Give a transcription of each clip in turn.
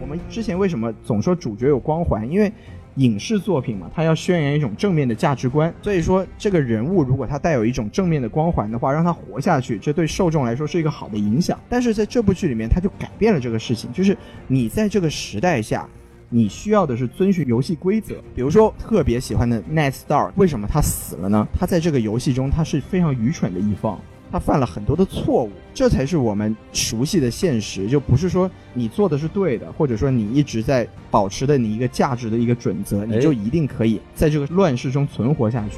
我们之前为什么总说主角有光环？因为影视作品嘛，它要宣扬一种正面的价值观，所以说这个人物如果他带有一种正面的光环的话，让他活下去，这对受众来说是一个好的影响。但是在这部剧里面，他就改变了这个事情，就是你在这个时代下。你需要的是遵循游戏规则，比如说特别喜欢的 Ned Stark，为什么他死了呢？他在这个游戏中他是非常愚蠢的一方，他犯了很多的错误，这才是我们熟悉的现实，就不是说你做的是对的，或者说你一直在保持的你一个价值的一个准则，你就一定可以在这个乱世中存活下去。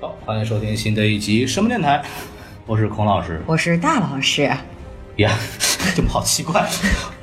好，欢迎收听新的一集什么电台？我是孔老师我是大老师，呀， 怎么好奇怪？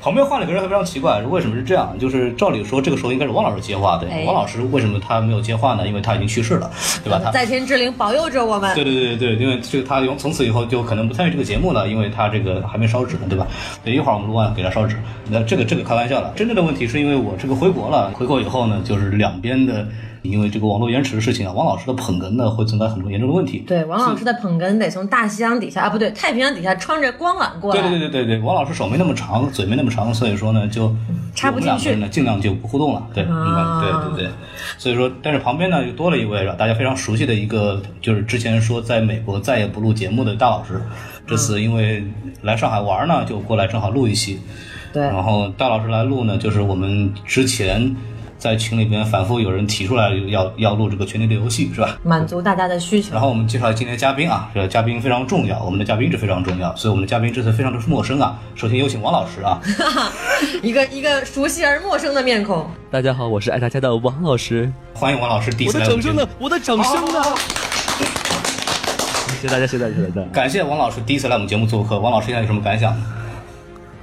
旁边换了个人，非常奇怪，为什么是这样？就是照理说这个时候应该是汪老师接话对，哎汪老师为什么他没有接话呢？因为他已经去世了，对吧？他在天之灵保佑着我们。对对对对，因为这个他从从此以后就可能不参与这个节目了，因为他这个还没烧纸呢，对吧？对，一会儿我们录完给他烧纸。那这个这个开玩笑了，真正的问题是因为我这个回国了，回国以后呢，就是两边的因为这个网络延迟的事情啊，王老师的捧哏呢会存在很多严重的问题。对王老师的捧哏得从大西洋底下啊，不对，太平洋底下穿着光缆过来。对对对对对对，王老师手没那么长，嘴没那么长，所以说呢，就插不进我们去两个人呢，尽量就不互动了。对，啊嗯，对对对，所以说，但是旁边呢又多了一位是吧？大家非常熟悉的一个，就是之前说在美国再也不录节目的大老师，这次因为来上海玩呢，就过来正好录一期。对然后大老师来录呢，就是我们之前在群里边反复有人提出来要要录这个《权力的游戏》，是吧？满足大家的需求然。后我们介绍今天的嘉宾啊，这个嘉宾非常重要，我们的嘉宾是非常重要，所以我们的嘉宾这次非常的陌生啊。首先有请王老师啊， 一个一个熟悉而陌生的面孔，大家好，我是爱大家的王老师。欢迎王老师第一我次的来掌节声目呢？我的掌声呢？谢谢大家，谢谢大家，谢谢大家。感谢王老师第一次来我们节目做客，王老师现在有什么感想？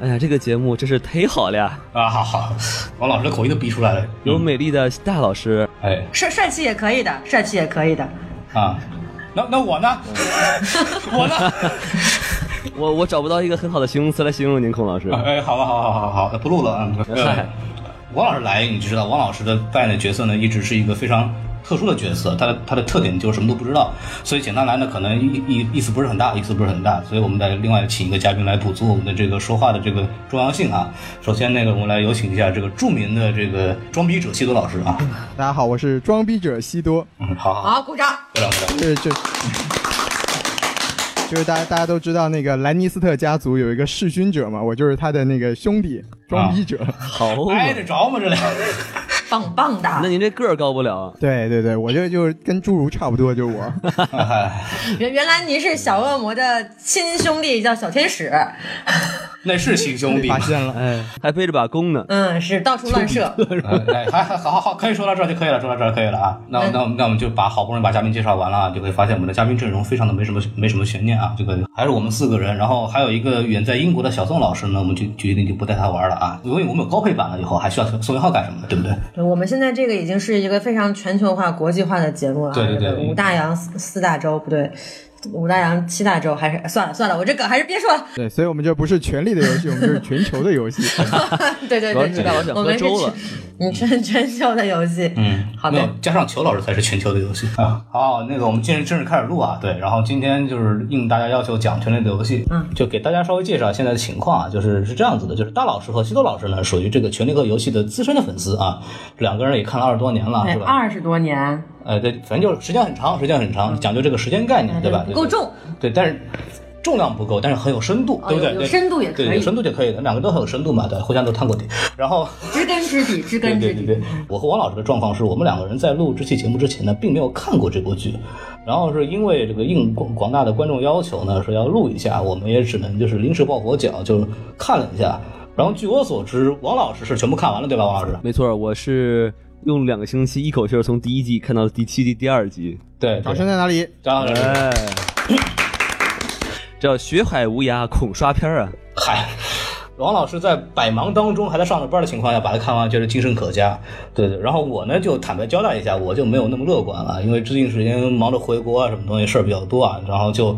哎呀，这个节目真是忒好了呀！啊，好好，王老师的口音都逼出来了，有美丽的大老师，哎帅帅气也可以的，帅气也可以的。啊，那那我呢？我呢？我我找不到一个很好的形容词来形容您，孔老师。 哎，好吧，好好好好好，不录了啊。嗨王老师来，你就知道，王老师的扮演的角色呢，一直是一个非常特殊的角色，他的他的特点就是什么都不知道，所以简单来呢，可能意意意思不是很大，意思不是很大，所以我们再另外请一个嘉宾来补足我们的这个说话的这个重要性啊。首先，那个我们来有请一下这个著名的这个装逼者西多老师啊，大家好，我是装逼者西多，嗯，好好好，好，哦鼓掌。鼓掌鼓掌。这这。就是大家大家都知道那个兰尼斯特家族有一个弑君者嘛，我就是他的那个兄弟装逼者。好嘛，挨得着哎吗？这俩？ 棒棒那的，您这个儿高不了啊。 对对对，我这就是跟侏儒差不多，就是我。原原来您是小恶魔的亲兄弟，叫小天使，那是亲兄弟发。现了，哎，还背着把弓呢。嗯，是到处 乱射，哎，还还好好好，可以说到这儿就可以了，说到这儿可以了啊。那那那我们就把好不容易把嘉宾介绍完了啊，就会发现我们的嘉宾阵容非常的没什么没什么悬念啊，这个还是我们四个人，然后还有一个远在英国的小宋老师呢，我们就决定就不带他玩了啊，因为我们有高配版了，以后还需要宋元浩干什么呢？对不对？对嗯我们现在这个已经是一个非常全球化、国际化的节目了啊。对对对嗯这个五大洋四四大洲不对，五大洋七大洲还是算了算了，我这梗还是别 说了。对，所以我们这不是权力的游戏，我们就是全球的游 戏。对对主要是对，这大老对想我喝们是粥了全，嗯，全全球的游戏。嗯，好没有的，加上裘老师才是全球的游戏啊。好，那个我们正正式开始录啊，对，然后今天就是应大家要求讲《权力的游戏》，嗯，就给大家稍微介绍现在的情况啊，就是是这样子的，就是大老师和西多老师呢，属于这个《权力和游戏》的资深的粉丝啊，两个人也看了二十多年了，哎是，吧？嗯哎二十嗯多年，呃，对，反正就是时间很长，时间很长，讲究这个时间概念，对吧？哎不够重。对，但是。重量不够，但是很有深度，哦对不对？有有对深度也可以对，有深度就可以的，两个都很有深度嘛，对，互相都探过底。然后，知根知底，知根知对底。对对对，我和王老师的状况是我们两个人在录这期节目之前呢，并没有看过这部剧，然后是因为这个应广广大的观众要求呢，说要录一下，我们也只能就是临时抱佛脚，就看了一下。然后据我所知，王老师是全部看完了，对吧？王老师，没错，我是用两个星期一口气儿从第一季看到第七季第二集，对，掌声在哪里？张老师，哎，叫学海无涯恐刷片儿啊！嗨，王老师在百忙当中还在上着班的情况下把它看完，觉得精神可嘉。对对，然后我呢就坦白交代一下，我就没有那么乐观了，因为最近时间忙着回国啊，什么东西事儿比较多啊，然后就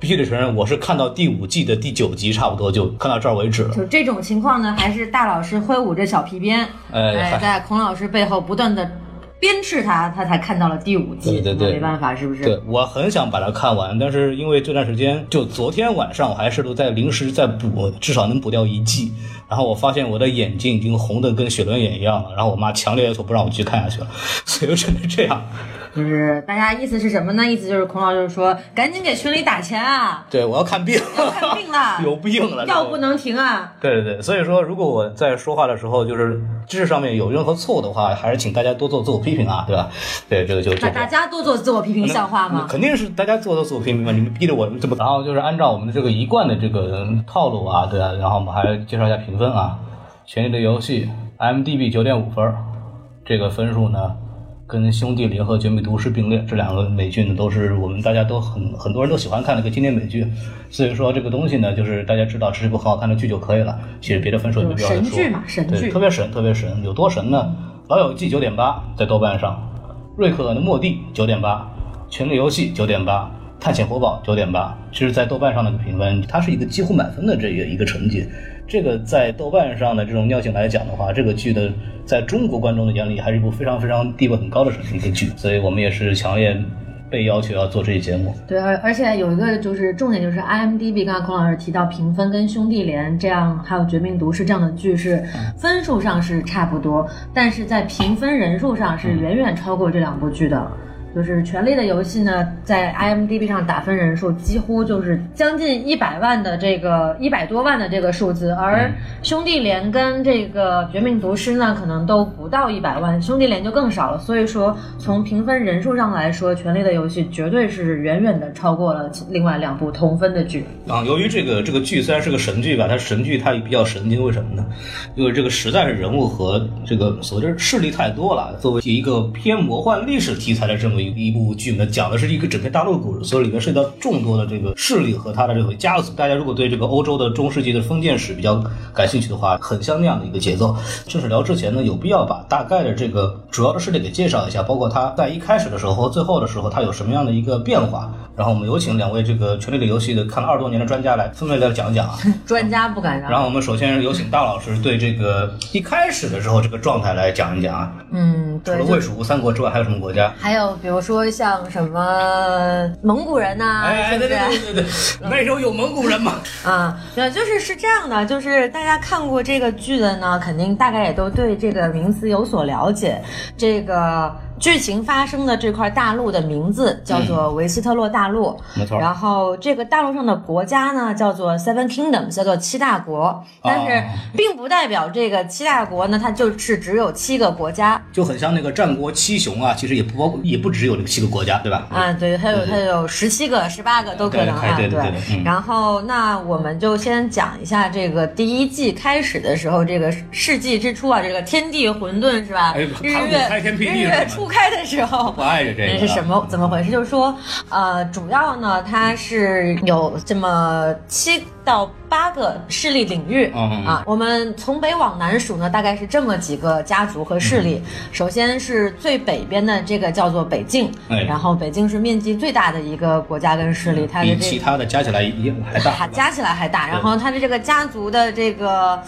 必须得承认，我是看到第五季的第九集，差不多就看到这儿为止了。就这种情况呢，还是大老师挥舞着小皮鞭，哎嗨在孔老师背后不断的鞭笞他，他才看到了第五季。对对对那没办法，是不是？对，我很想把它看完，但是因为这段时间，就昨天晚上我还试图在临时再补，至少能补掉一季。然后我发现我的眼睛已经红的跟雪轮眼一样了，然后我妈强烈要求不让我继续看下去了，所以我只能这样。就是大家意思是什么呢？意思就是孔老师说，赶紧给群里打 钱啊， 对，我要看病，要看病 了，有病了，药不。能停啊。对对对，所以说，如果我在说话的时候，就是知识上面有任何错误的话，还是请大家多做自我批评啊，对吧？对，这个就就那这大样。家多做自我批评，像话吗？嗯肯定是大家做做自我批评嘛，你们逼着我这么，然后就是按照我们的这个一贯的这个套路啊，对啊，然后我们还介绍一下评分啊，《权力的游戏》IMDB 九点五分儿，这个分数呢跟《兄弟联合绝密毒师》并列，这两个美剧呢都是我们大家都很很多人都喜欢看的一个经典美剧，所以说这个东西呢，就是大家知道这是一部很好看的剧就可以了，其实别的分数也没必要再神说。剧嘛，神对，剧特。别神，特别神，有多神呢？《老友记》九点八在豆瓣上，《瑞克和莫蒂》九点八，《权力游戏》九点八，《探险活宝》九点八，这是在豆瓣上的一个评分，它是一个几乎满分的这个一个成绩。这个在豆瓣上的这种尿性来讲的话，这个剧的在中国观众的眼里还是一部非常非常地位很高的一个剧，所以我们也是强烈被要求要做这期节目。对，而而且有一个就是重点就是 IMDB，刚才孔老师提到评分跟《兄弟连》这样，还有《绝命毒师》这样的剧是嗯分数上是差不多，但是在评分人数上是远远超过这两部剧的。就是《权力的游戏》呢，在 IMDB 上打分人数几乎就是将近一百万的这个一百多万的这个数字，而嗯《兄弟连》跟这个《绝命毒师》呢，可能都不到一百万，《兄弟连》就更少了。所以说，从评分人数上来说，《权力的游戏》绝对是远远的超过了另外两部同分的剧。啊，由于这个这个剧虽然是个神剧吧，它神剧它也比较神经，为什么呢？因为这个实在是人物和这个所谓的势力太多了。作为一个偏魔幻历史题材的这么一一部剧呢，讲的是一个整个大陆故事，所以里面涉及到众多的这个势力和他的这个家族。大家如果对这个欧洲的中世纪的封建史比较感兴趣的话，很像那样的一个节奏。正式聊之前呢，有必要把大概的这个主要的势力给介绍一下，包括它在一开始的时候和最后的时候它有什么样的一个变化。然后我们有请两位这个《权力的游戏》的看了二十多年的专家来分别来讲一讲啊。专家不敢然让。后我们首先有请大老师对这个一开始的时候这个状态来讲一讲啊。嗯，除对，了就魏蜀吴三国之外，还有什么国家？还有比如说像什么蒙古人呐、哎，对不对对？对对对，那时候有蒙古人嘛？啊，对，就是是这样的，就是大家看过这个剧的呢，肯定大概也都对这个名词有所了解。这个剧情发生的这块大陆的名字叫做维斯特洛大陆，嗯没错然后这个大陆上的国家呢叫做 Seven Kingdoms，叫做七大国，但哦是并不代表这个七大国呢，它就是只有七个国家，就很像那个战国七雄啊，其实也不包括，也不只有这个七个国家，对吧？啊，对，它有对它有十七个、十八个都可能啊，嗯对对对对对嗯然后那我们就先讲一下这个第一季开始的时候，这个世纪之初啊，这个天地混沌是吧？哎日盘古月开天辟地日是吧月初开的时候我。爱着这个那啊。是什么？怎么回事？就是说，呃，主要呢，它是有这么七到八个势力领域、嗯啊。我们从北往南数呢，大概是这么几个家族和势嗯力。首先是最北边的这个叫做北境，哎嗯然后北境是面积最大的一个国家跟势力，它的比这其个他的加起来也还大还。加起来还大。然后它的这个家族的这个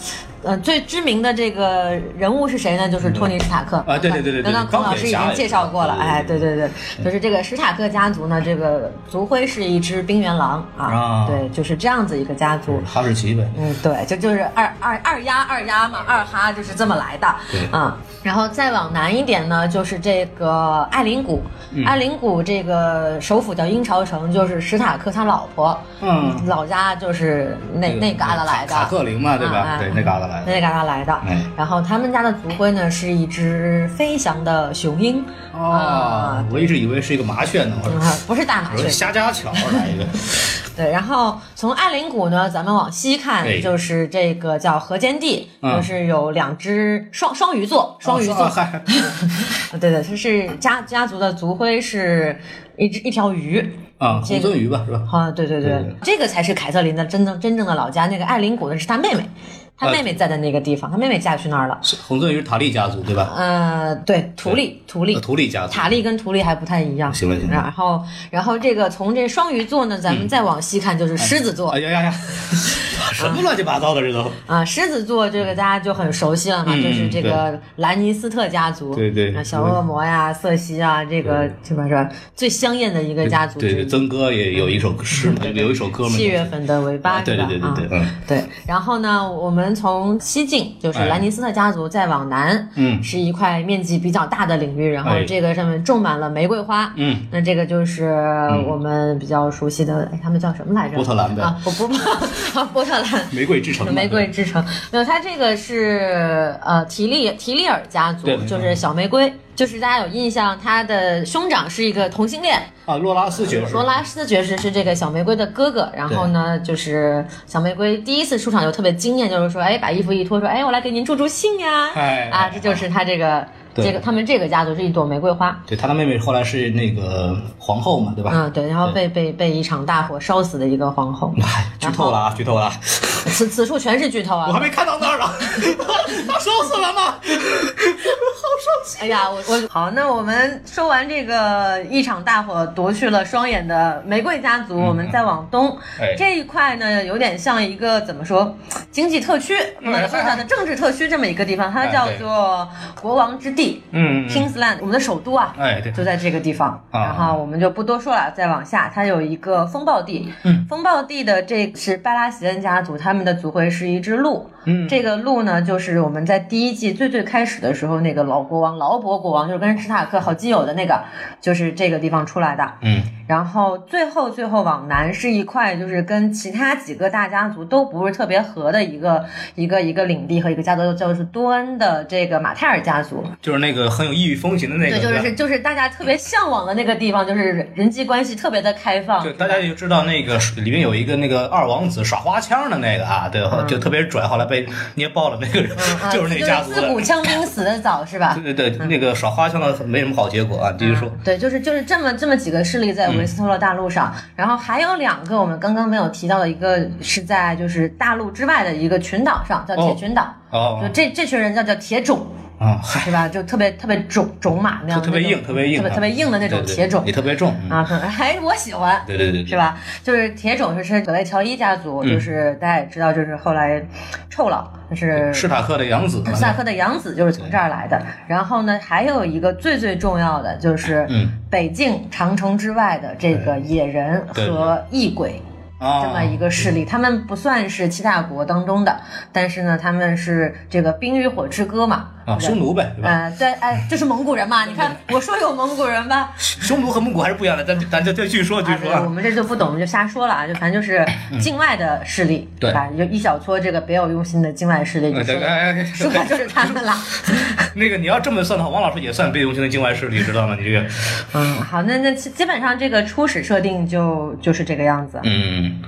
呃，最知名的这个人物是谁呢？就是托尼·史塔克啊对对对对对刚刚孔老师已经介绍过了，钢铁侠哎，对对对，嗯就是这个史塔克家族呢，这个族徽是一只冰原狼啊啊，对，就是这样子一个家族。哈士奇呗。嗯，对，这就是二二二丫二丫嘛，二哈就是这么来的对啊、然后再往南一点呢，就是这个艾林谷，嗯艾林谷这个首府叫鹰巢城，就是史塔克他老婆，嗯，老家就是那那旮旯来的，卡克林嘛，对啊吧？啊对，那旮旯来的。那旮旯来的。哎然后他们家的族徽呢是一只飞翔的雄鹰，啊哦，我一直以为是一个麻雀呢，我嗯说不是大麻我说雀。瞎家巧来一个。对，然后从艾林谷呢，咱们往西看，哎就是这个叫河间地，嗯就是有两只双双鱼座， 双鱼座。哦嗨 对对，它是家家族的族徽是一只一条鱼。啊，这个红鳟鱼吧，是吧？啊，对对对，对对这个才是凯瑟琳的真正真正的老家。那个艾林谷呢是她妹妹，她啊妹妹在的那个地方，她妹妹嫁去那儿了。是红鳟鱼是塔利家族，对吧？呃，对，图利图利呃图利家族。塔利跟图利还不太一样。行了行了嗯然后，然后这个从这双鱼座呢，咱们再往西看就是狮子座哎呀 呀呀，什么乱七八糟的这都？啊。狮子座这个大家就很熟悉了嘛，嗯就是这个兰尼斯特家族，对对啊小恶魔呀、瑟西啊，这个是吧是吧？最香艳的一个家族之对一。对，曾哥也有一 首诗嘛，有一首歌嘛。七月份的尾巴啊，是吧？对对对啊对对，嗯对，然后呢，我们从西晋，就是哎兰尼斯特家族，再往南，嗯是一块面积比较大的领域，然后哎这个上面种满了玫瑰花，嗯，那这个就是我们比较熟悉的，哎，他们叫什么来着？波特兰呗啊，不不 不，啊波特兰。玫瑰之城嘛。玫瑰之城，没有，它这个是呃提利提利尔家族对，就是小玫瑰，就是大家有印象，他的兄长是一个同性恋，啊，洛拉斯爵士罗。拉斯爵士是这个小玫瑰的哥哥，然后呢，就是小玫瑰第一次出场就特别惊艳，就是说，哎，把衣服一脱，说，哎，我来给您助助兴呀，哎啊，这就是他这个对这个他们这个家族是一朵玫瑰花，对，他的妹妹后来是那个皇后嘛，对吧？嗯，对，然后被被被一场大火烧死的一个皇后，剧透了啊，剧透了啊， 此此处全是剧透我还啊！没看到那儿呢， 他烧死了吗？哎呀，我我好，那我们说完这个一场大火夺去了双眼的玫瑰家族，我们再往东，嗯哎这一块呢，有点像一个怎么说，经济特区，不是它的政治特区这么一个地方，它哎叫对做国王之地，嗯嗯嗯 Kingsland，我们的首都啊，哎对就在这个地方。啊然后我们就不多说了，再往下，它有一个风暴地，嗯，风暴地的这是巴拉席恩家族，他们的族徽是一只鹿，嗯这个鹿呢，就是我们在第一季最最开始的时候，那个老国王劳勃国王，就是跟史塔克好基友的那个，就是这个地方出来的。嗯，然后最后最后往南是一块，就是跟其他几个大家族都不是特别合的一个一个一个领地和一个家族，就是多恩的这个马泰尔家族。就是那个很有异域风情的嗯那个，对，就吧是就是大家特别向往的那个地方，就是人际关系特别的开放。就大家就知道那个里面有一个那个二王子耍花枪的那个啊，对，就特别拽，后来被捏爆了那个人，嗯啊 就是那家族自古的。枪兵死得早是吧？对对对，那个耍花枪的没什么好结果啊， 继续说。嗯对，就是就是这么这么几个势力在维斯特洛大陆上，然后还有两个我们刚刚没有提到的，一个是在就是大陆之外的一个群岛上，叫铁群岛。就哦，这这群人叫叫铁种，啊，嗨，是吧？就特别特别种种马那样的特别那种硬，特别硬啊，特别特别硬的那种对对铁种也特别重。嗯啊，可能还我喜欢。对对对，对是？吧？就是铁种就是葛雷乔伊家族，嗯就是大家也知道，就是后来臭老，就是史塔克的养子嘛，萨克的养子就是从这儿来的。然后呢，还有一个最最重要的就是嗯北境长城之外的这个野人对和异鬼啊，这么一个势力，他们不算是七大国当中的，但是呢，他们是这个冰与火之歌嘛。啊，对吧匈奴呗，对嗯吧？呃，对，哎，就是蒙古人嘛，你看我说有蒙古人吧，匈奴和蒙古还是不一样的，咱咱咱再继续说，继啊，续对说，我啊。嗯们这就不懂，我们就瞎说了啊，就反正就是境外的势力，对吧？就一小撮这个别有用心的境外势力，啊就哎说哎哎哎 说白就是他们啦。那个你要这么算的话，王老师也算被用心的境外势力，知道吗？你这个，嗯，好，那那基基本上这个初始设定就就是这个样子。嗯，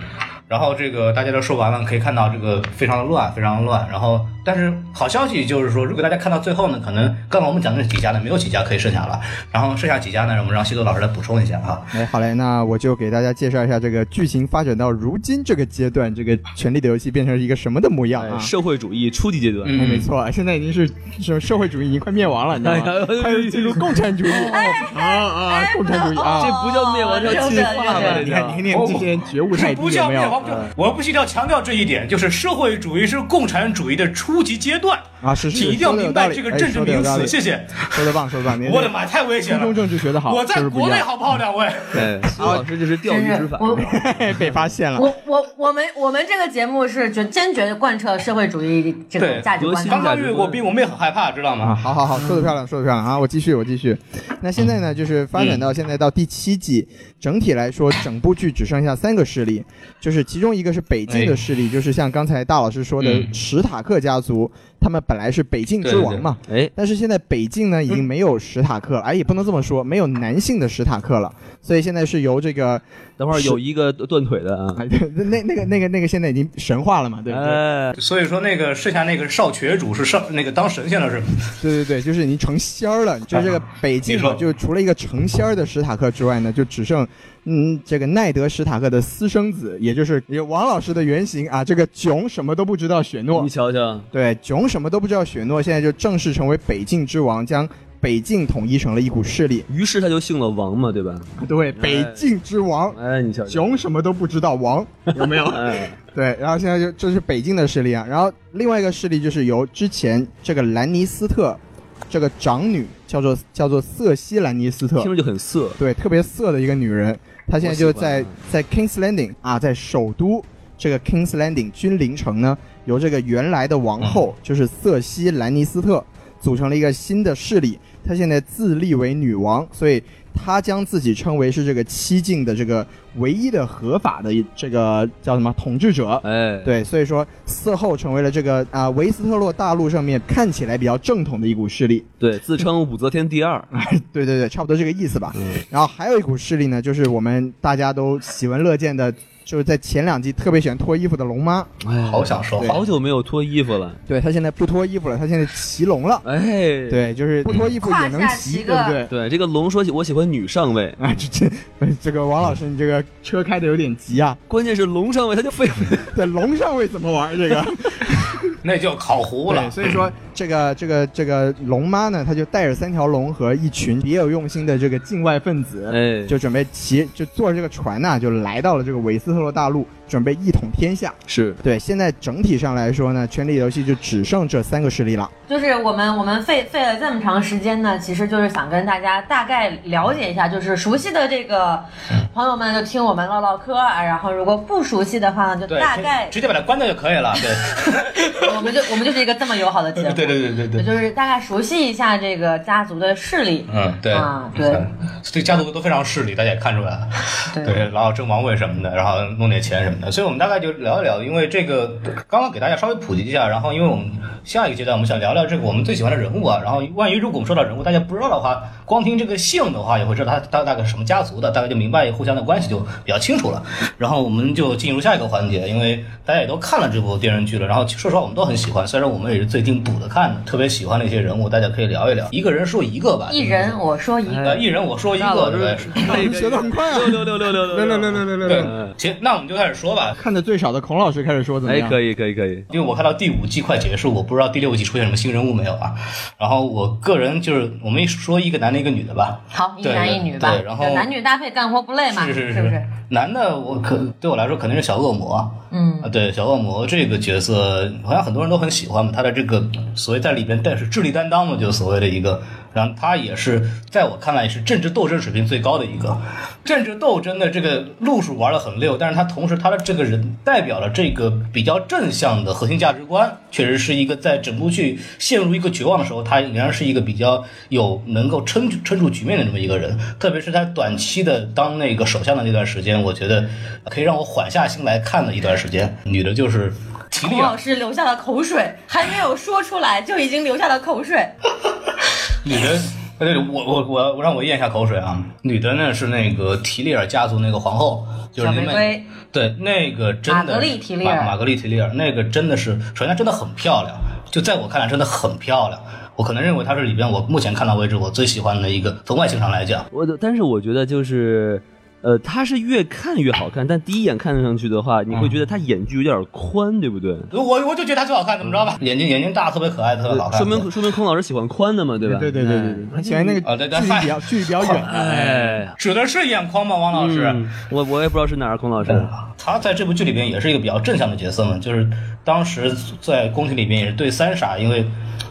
然后这个大家都说完了，可以看到这个非常的乱，非常的乱。然后，但是好消息就是说，如果大家看到最后呢，可能刚才我们讲的那几家呢，没有几家可以剩下了。然后剩下几家呢，我们让西多老师来补充一下啊。哎，好嘞，那我就给大家介绍一下这个剧情发展到如今这个阶段，这个《权力的游戏》变成一个什么的模样啊哎？社会主义初级阶段，哎，没错，现在已经是什么社会主义已经快灭亡了，你知道 哎呀吗？还有进入共产主义啊啊，共产主义啊！这不叫灭亡，哦这叫进化这吧？这这你叫嗯看，你看你们这些人觉悟太低，有没有？我就我必须要强调这一点，就是社会主义是共产主义的初级阶段啊是是请一定要明白这个政治名说得有道理词，哎谢谢。说的棒，说的棒，您我的妈，太危险初中了！政治学的好，我就在是不国一内样，嗯好不好？两位，对，苏哎老师就是钓真鱼是执法。我被发现了。我我我们我们这个节目是决坚决贯彻社会主义这个对价值观核的心刚价刚值遇过兵，我们也很害怕，知道啊，吗？好好好，说的漂亮，说的漂亮啊！我继续，我继续。那现在呢，就是发展到现在到第七季，整体来说，整部剧只剩下三个势力，就是其中一个是北京的势力，就是像刚才大老师说的嗯史塔克家族，他们本来是北境之王嘛，哎，但是现在北境呢已经没有史塔嗯克了，哎，也不能这么说，没有男性的史塔克了，所以现在是由这个 等会儿有一个断腿的啊，啊，那那个那个那个现在已经神化了嘛，对不呃对？哎，所以说那个剩下那个少瘸主是少那个当神仙了是吧？对对对，就是已经成仙儿了。就这个北境嘛，啊你说就除了一个成仙儿的史塔克之外呢，就只剩嗯这个奈德史塔克的私生子，也就是呃王老师的原型啊，这个囧什么都不知道雪诺嗯你。瞧瞧，对，囧什么都不知道雪诺，现在就正式成为北境之王，将北境统一成了一股势力。于是他就姓了王嘛，对吧？呃对，北境之王。哎，你瞧瞧，囧什么都不知道，王有没有？哎，对，然后现在就这是北京的势力啊，然后另外一个势力就是由之前这个兰尼斯特这个长女叫做叫做瑟西兰尼斯特听，着就很色。对，特别色的一个女人，她现在就在我喜欢啊在 Kings Landing 啊，在首都这个 Kings Landing 君临城呢，由这个原来的王后、就是瑟西兰尼斯特组成了一个新的势力，她现在自立为女王，所以她将自己称为是这个七境的这个唯一的合法的一这个叫什么统治者。哎，，对，所以说嗣后成为了这个啊、维斯特洛大陆上面看起来比较正统的一股势力。对，自称武则天第二，对对对，差不多这个意思吧。然后还有一股势力呢，就是我们大家都喜闻乐见的，就是在前两季特别喜欢脱衣服的龙妈。哎，好想说话。好久没有脱衣服了，对她现在不脱衣服了，她现在骑龙了。哎，对，就是不脱衣服也能胯下骑，骑对个不对？对，这个龙说起我喜欢女上尉，啊，这这这个王老师，你这个车开的有点急啊！关键是龙上尉他就 废了，对，龙上位怎么玩这个？那就烤糊对，了。所以说 这个这个这个龙妈呢，她就带着三条龙和一群别有用心的这个境外分子，哎，就准备骑就坐着这个船呐、就来到了这个韦斯特洛大陆，准备一统天下。是对，现在整体上来说呢，权力游戏就只剩这三个势力了。就是我们我们费费了这么长时间呢，其实就是想跟大家大概了解一下，就是熟悉的这个朋友们就听我们唠唠嗑啊，然后如果不熟悉的话呢，就对，大概直接把它关掉就可以了。对， 我们就我们就是一个这么友好的节目，对对对对对对，就是大概熟悉一下这个家族的势力，嗯，对啊 对，这个家族都非常势利，大家也看出来了。 对对，老要争王位什么的，然后弄点钱什么的。所以我们大概就聊一聊，因为这个刚刚给大家稍微普及一下，然后因为我们下一个阶段我们想聊聊这个我们最喜欢的人物啊，然后万一如果我们说到人物大家不知道的话，光听这个姓的话也会知道他大大概是什么家族的，大概就明白互相的关系就比较清楚了。然后我们就进入下一个环节，因为大家也都看了这部电视剧了，然后说实话我们都很喜欢，虽然我们也是最近补的看的，特别喜欢的一些人物，大家可以聊一聊，一个人说一个吧，一人我说一个，呃一人我说一大个，老对不对师？那 学得很快啊六六六六六六六六六六六六，对，行，那我们就开始说吧。看的最少的孔老师开始说怎么哎，样？可以可以可以，因为我看到第五季快结束，我不知道第六季出现什么新人物没有啊。然后我个人就是，我们说一个男的，一个女的吧。好，一对男一对女吧，对然后就男女搭配干活不累嘛，是是不是？男的我可对我来说肯定是小恶魔。嗯啊，对，小恶魔这个角色好像很多人都很喜欢嘛，他的这个所谓在里边，但是智力担当嘛，就是所谓的一个，然后他也是在我看来也是政治斗争水平最高的一个，政治斗争的这个路数玩的很溜，但是他同时他的这个人代表了这个比较正向的核心价值观，确实是一个在整部剧陷入一个绝望的时候，他仍然是一个比较有能够撑撑住局面的这么一个人，特别是他短期的当那个首相的那段时间，我觉得可以让我缓下心来看的一段时间。女的就是提利啊孔老昂，师流下了口水，还没有说出来就已经流下了口水。女的。对，我我我我让我咽一下口水啊！女的呢是那个提利尔家族那个皇后，就是小那玫妹瑰，对，那个真的玛格丽提利尔玛玛格丽提利尔，那个真的是，首先她真的很漂亮，啊就在我看来真的很漂亮。我可能认为她是里边我目前看到为止我最喜欢的一个，从外形上来讲，我的但是我觉得就是呃，它是越看越好看，但第一眼看上去的话，你会嗯觉得它眼距有点宽，对不对？我我就觉得他最好看，怎么着吧？眼睛眼睛大，特别可爱，特别好看。说明说明孔老师喜欢宽的嘛，对吧？对对对对对，他喜欢哎那啊个对距对离 比较距离比较远。哎，指的是眼眶吗？王老师，嗯我我也不知道是哪儿，孔老师。嗯他在这部剧里边也是一个比较正向的角色嘛，就是当时在宫廷里面也是对三傻，因为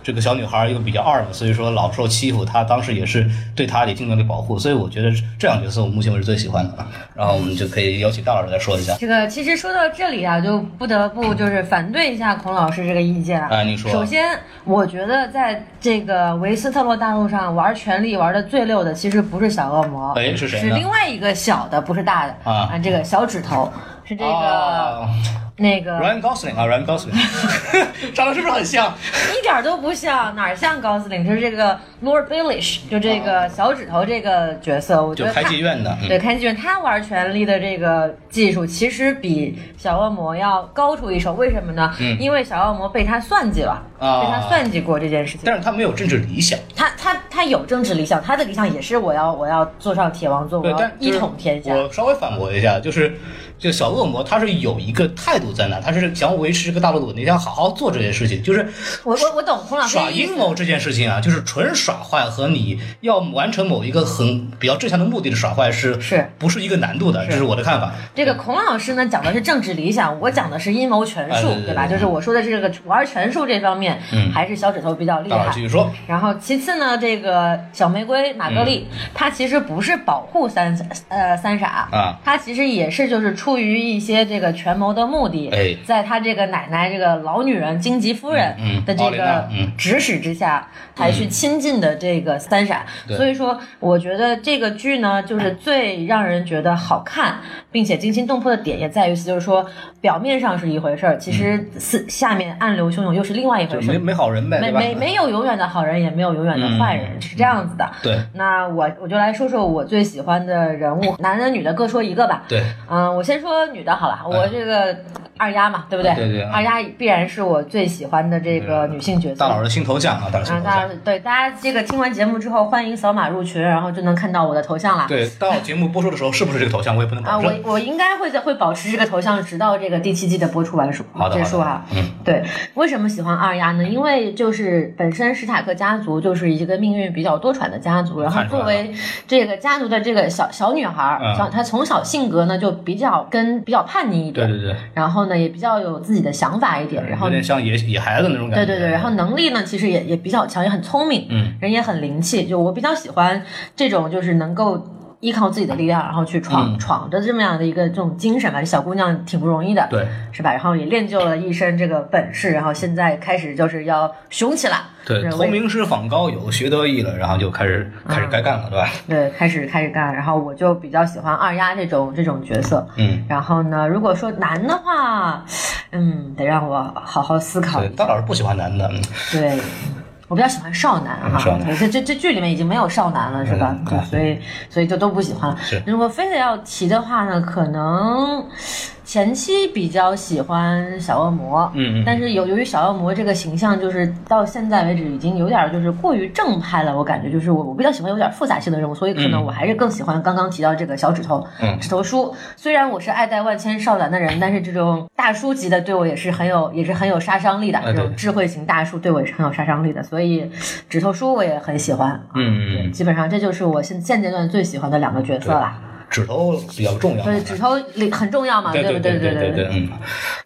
这个小女孩儿一个比较二嘛，所以说老受欺负，他当时也是对她也尽量的保护，所以我觉得这样角色我目前为止最喜欢的。然后我们就可以邀请大老师来说一下，这个其实说到这里啊，就不得不就是反对一下孔老师这个意见啊。哎你说首先，我觉得在这个维斯特洛大陆上玩权力玩的最溜的，其实不是小恶魔，哎是谁是呢？另外一个小的，不是大的啊这个小指头是这个、啊那个，Ryan Gosling 啊，Ryan 嗯 Gosling，长得是不是很 像？一点都不像，哪儿像高司令？就是这个 Lord Baelish，就这个小指头这个角色，我觉啊就得开他妓院的，嗯对开机卷他玩权力的这个技术，其实比小恶魔要高出一筹。为什么呢？嗯因为小恶魔被他算计了，啊被他算计过这件事情。但是他没有政治理想。他他他有政治理想，他的理想也是我要我要坐上铁王座，我对，要但一就是统天下。我稍微反驳一下，就是这个小恶魔他是有一个态度在那，他是想维持这个大陆的稳定，想好好做这件事情，就是我我我懂孔老师耍的意思阴。谋这件事情啊，就是纯耍坏和你要完成某一个很比较正向的目的的耍坏是是不是一个难度的？这是我的看法。这个孔老师呢讲的是政治理想，我讲的是阴谋权术，哎对对对吧？对就是我说的这个玩权术这方面，嗯还是小指头比较厉大老害师继。续说，然后其次呢，这个小玫瑰玛格丽，嗯她其实不是保护三呃三傻啊，她其实也是就是出于一些这个权谋的目的，哎在她这个奶奶这个老女人荆棘夫人嗯嗯的这奥琳个娜嗯指使之下，才去亲近的这个三嗯傻。对所以说，我觉得这个剧呢，就是最让人觉得好看，并且惊心动魄的点也在于此，就是说表面上是一回事儿，其实私下面暗流汹涌又是另外一回就事儿没。没好人呗，没嗯对吧？嗯没没有永远的好人，也没有永远的坏人，是这样子的。对那我我就来说说我最喜欢的人嗯物，男的女的各说一个吧。对，嗯，我先说女的好了，我这个二丫嘛，对不对？嗯对对嗯二丫必然是我最喜欢的这个女性角色。大老师的新头像啊，大老师啊，新头大像家。对大家这个听完节目之后，欢迎扫码入群，然后就能看到我的头像了。对，到节目播出的时候是不是这个头像，我也不能啊，保我证。我应该会在会保持这个头像，直到这个第七季的播出完数好的，结好束的哈。嗯，对，为什么喜欢二丫呢？因为就是本身史塔克家族就是一个命运比较多舛的家族，然后看出来作为这个家族的这个小小女孩儿，嗯小她从小性格呢就比较跟比较叛逆一对点，对对，然后呢也比较有自己的想法一点，然后有点像野野孩子那种感对觉。对对，然后能力呢其实也也比较强，也很聪明，嗯，人也很灵气，就我比较喜欢这种就是能够。依靠自己的力量，然后去闯、嗯闯的这么样的一个这种精神吧，这小姑娘挺不容易的。对是吧？然后也练就了一身这个本事，然后现在开始就是要雄起来，对，是投名师访高友，学得意了，然后就开始开始该干了，对吧？对，开始开始干。然后我就比较喜欢二丫这种这种角色。嗯，然后呢，如果说男的话，嗯，得让我好好思考对一，下。大老师不喜欢男的，嗯对，我比较喜欢少男哈，嗯少男这这这剧里面已经没有少男了，是吧？嗯对啊，所以所以就都不喜欢了是。如果非得要提的话呢，可能前期比较喜欢小恶魔，嗯嗯但是由由于小恶魔这个形象，就是到现在为止已经有点就是过于正派了，我感觉就是我我比较喜欢有点复杂性的人物，所以可能嗯我还是更喜欢刚刚提到这个小指头，嗯指头叔。虽然我是爱戴万千少男的人，但是这种大叔级的对我也是很有也是很有杀伤力的，哎这对种智慧型大叔对我也是很有杀伤力的，所以指头叔我也很喜欢。啊嗯对，嗯，基本上这就是我现现阶段最喜欢的两个角色啦。指头比较重要嘛。对，指头里很重要嘛，对不对对对对。嗯，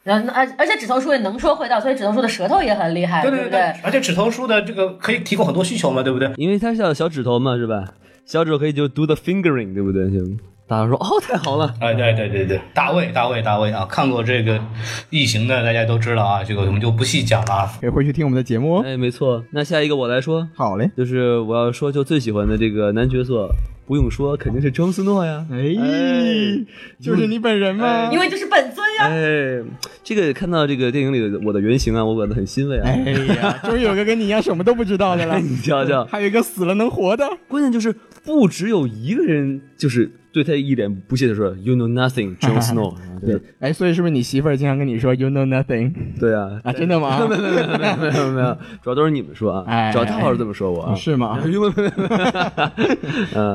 然后，而而且指头叔也能说会道，所以指头叔的舌头也很厉害，哎对不对对，而且指头叔的这个可以提供很多需求嘛，对不对？因为它叫小指头嘛，是吧？小指头可以就 do the fingering，对不对？就大家说哦，太好了，哎，对对对对，大卫大卫大卫啊，看过这个《异形》的大家都知道啊，这个我们就不细讲了啊。。可以回去听我们的节目哦。哎，没错。那下一个我来说，好嘞，就是我要说就最喜欢的这个男角色，不用说，肯定是詹姆斯诺呀。哎，嗯就是你本人吗因？为这是本尊呀。哎，这个看到这个电影里的我的原型啊，我感到很欣慰啊。哎 呀，终于有个跟你一样什么都不知道的了。你瞧瞧，还有一个死了能活的，关键就是不只有一个人，就是对他一脸不屑的说 “You know nothing, Jon Snow”，对，哎，所以是不是你媳妇儿经常跟你说 “you know nothing”？对啊，啊，真的 吗？没有没有没有没有没有没有，主要都是你们说啊，哎主要他老是这么说我啊，哦是吗？ 呃，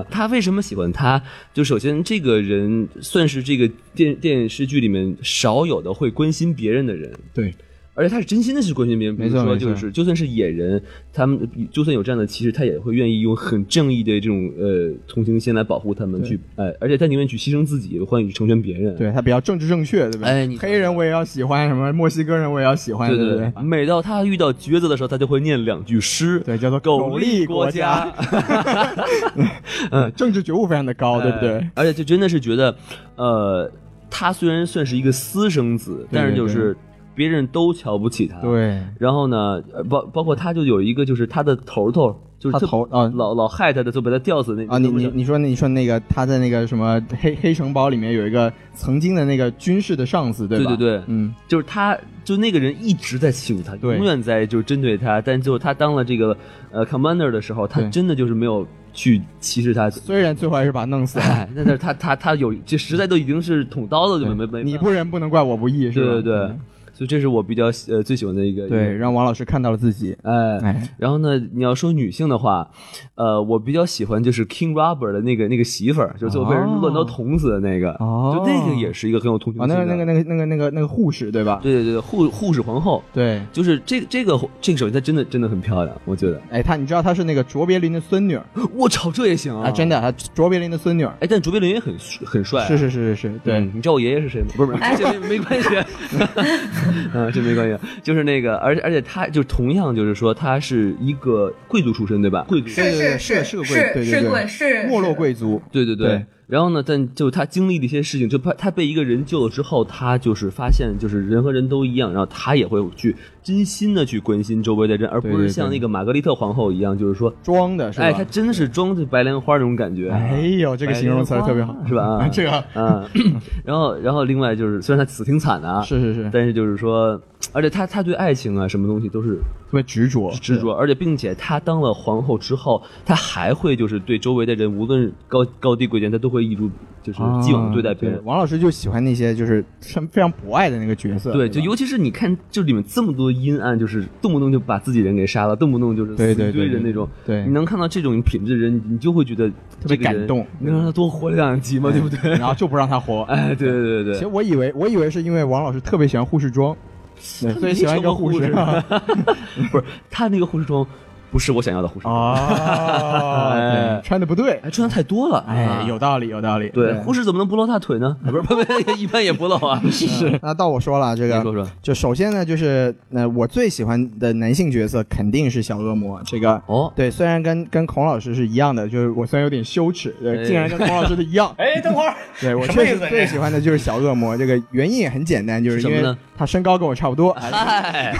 嗯他为什么喜欢他？就首先这个人算是这个电电视剧里面少有的会关心别人的人，对，而且他是真心的是关心别人。比没如错说，没错就是就算是野人，他们就算有这样的歧视，他也会愿意用很正义的这种呃同情心来保护他们，去哎，而且他宁愿去牺牲自己，换以成全别人。对他比较政治正确，对吧？哎你黑人我也要喜欢，什么墨西哥人我也要喜欢，对对对不，每到他遇到抉择的时候，他就会念两句诗，对叫做苟利利国家， 嗯政治觉悟非常的高，哦对不对哎？而且就真的是觉得，呃，他虽然算是一个私生子，但是就是别人都瞧不起他。。对，然后呢，呃包包括他就有一个，就是他的头头，就是他特头啊老老害他的，就把他吊死那啊，你那你你说你说那个他在那个什么黑黑城堡里面有一个曾经的那个军事的上司，对吧？对对对嗯，就是他，就那个人一直在欺负他，对永远在就针对他。但就他当了这个呃 commander 的时候，他对真的就是没有去歧视 他。虽然最后还是把他弄死了，哎，那那他他他有，这实在都已经是捅刀子，就没没你不仁不能怪我不义，是吧？对对对，嗯所以这是我比较喜呃最喜欢的一个对，让王老师看到了自己，哎，哎，然后呢，你要说女性的话，呃，我比较喜欢就是 King Robert 的那个那个媳妇儿，就是最后被人哦乱刀捅死的那个，哦就那个也是一个很有同情啊，心的。那个那个那个那个那个那个护士，对吧？对对对，护护士皇后，对，就是这这个这个首先她真的真的很漂亮，我觉得。哎，她你知道她是那个卓别林的孙女儿我操，这也行啊！啊，真的。的，她卓别林的孙女儿。哎，但卓别林也很很帅、啊。是是是是是，对，嗯你知道我爷爷是谁吗？不是不是，这没没关系，啊，这没关系，就是那个，而且而且他就同样就是说他是一个贵族出身，对吧？贵族对对是是是是个贵对是对是对贵是没落是贵族，对对对。对然后呢，但就他经历了一些事情，就他他被一个人救了之后，他就是发现就是人和人都一样，然后他也会去真心的去关心周围的人，而不对是对像对那个玛格丽特皇后一样，就是说，装的是吧？哎，他真的是装着白莲花那种感觉。啊哎呦，这个形容词儿特别好，是吧啊啊这个 嗯，然后，然后另外就是，虽然他死挺惨的啊，是是是，特但是就是说，而且他他对爱情啊什么东西都是别执着，执着，而且并且他当了皇后之后，他还会就是对周围的人，无论高高低贵贱，他都会一如就是啊既往地对待别人。王老师就喜欢那些就是非常博爱的那个角色，对，吧就尤其是你看，就里面这么多阴暗，就是动不动就把自己人给杀了，动不动就是死对一对堆对人对那种。对你能看到这种品质的人，你就会觉得特这别个人感动哎你能让他多活两集吗？对 不对？ 然后就不让他活。哎，对对对其实对。我以为我以为是因为王老师特别喜欢护 士装，对所以喜欢一个护士 不是他那个护士装，不是我想要哦的护士装，啊，对穿的不对， 哎，穿的太多了，哎，啊有道理有道理，对，护士怎么能不露大腿呢？不是，不是，一般也不露啊。 是，那到我说了，这个你说说就首先呢，就是呃，我最喜欢的男性角色肯定是小恶魔。这个哦对，虽然跟跟孔老师是一样的，就是我虽然有点羞耻，哎对，竟然跟孔老师的一样 哎，等 会儿，对我什么确意实思？最喜欢的就是小恶魔。这个原因也很简单，就是啊是什因么呢为他身高跟我差不多。哎哎，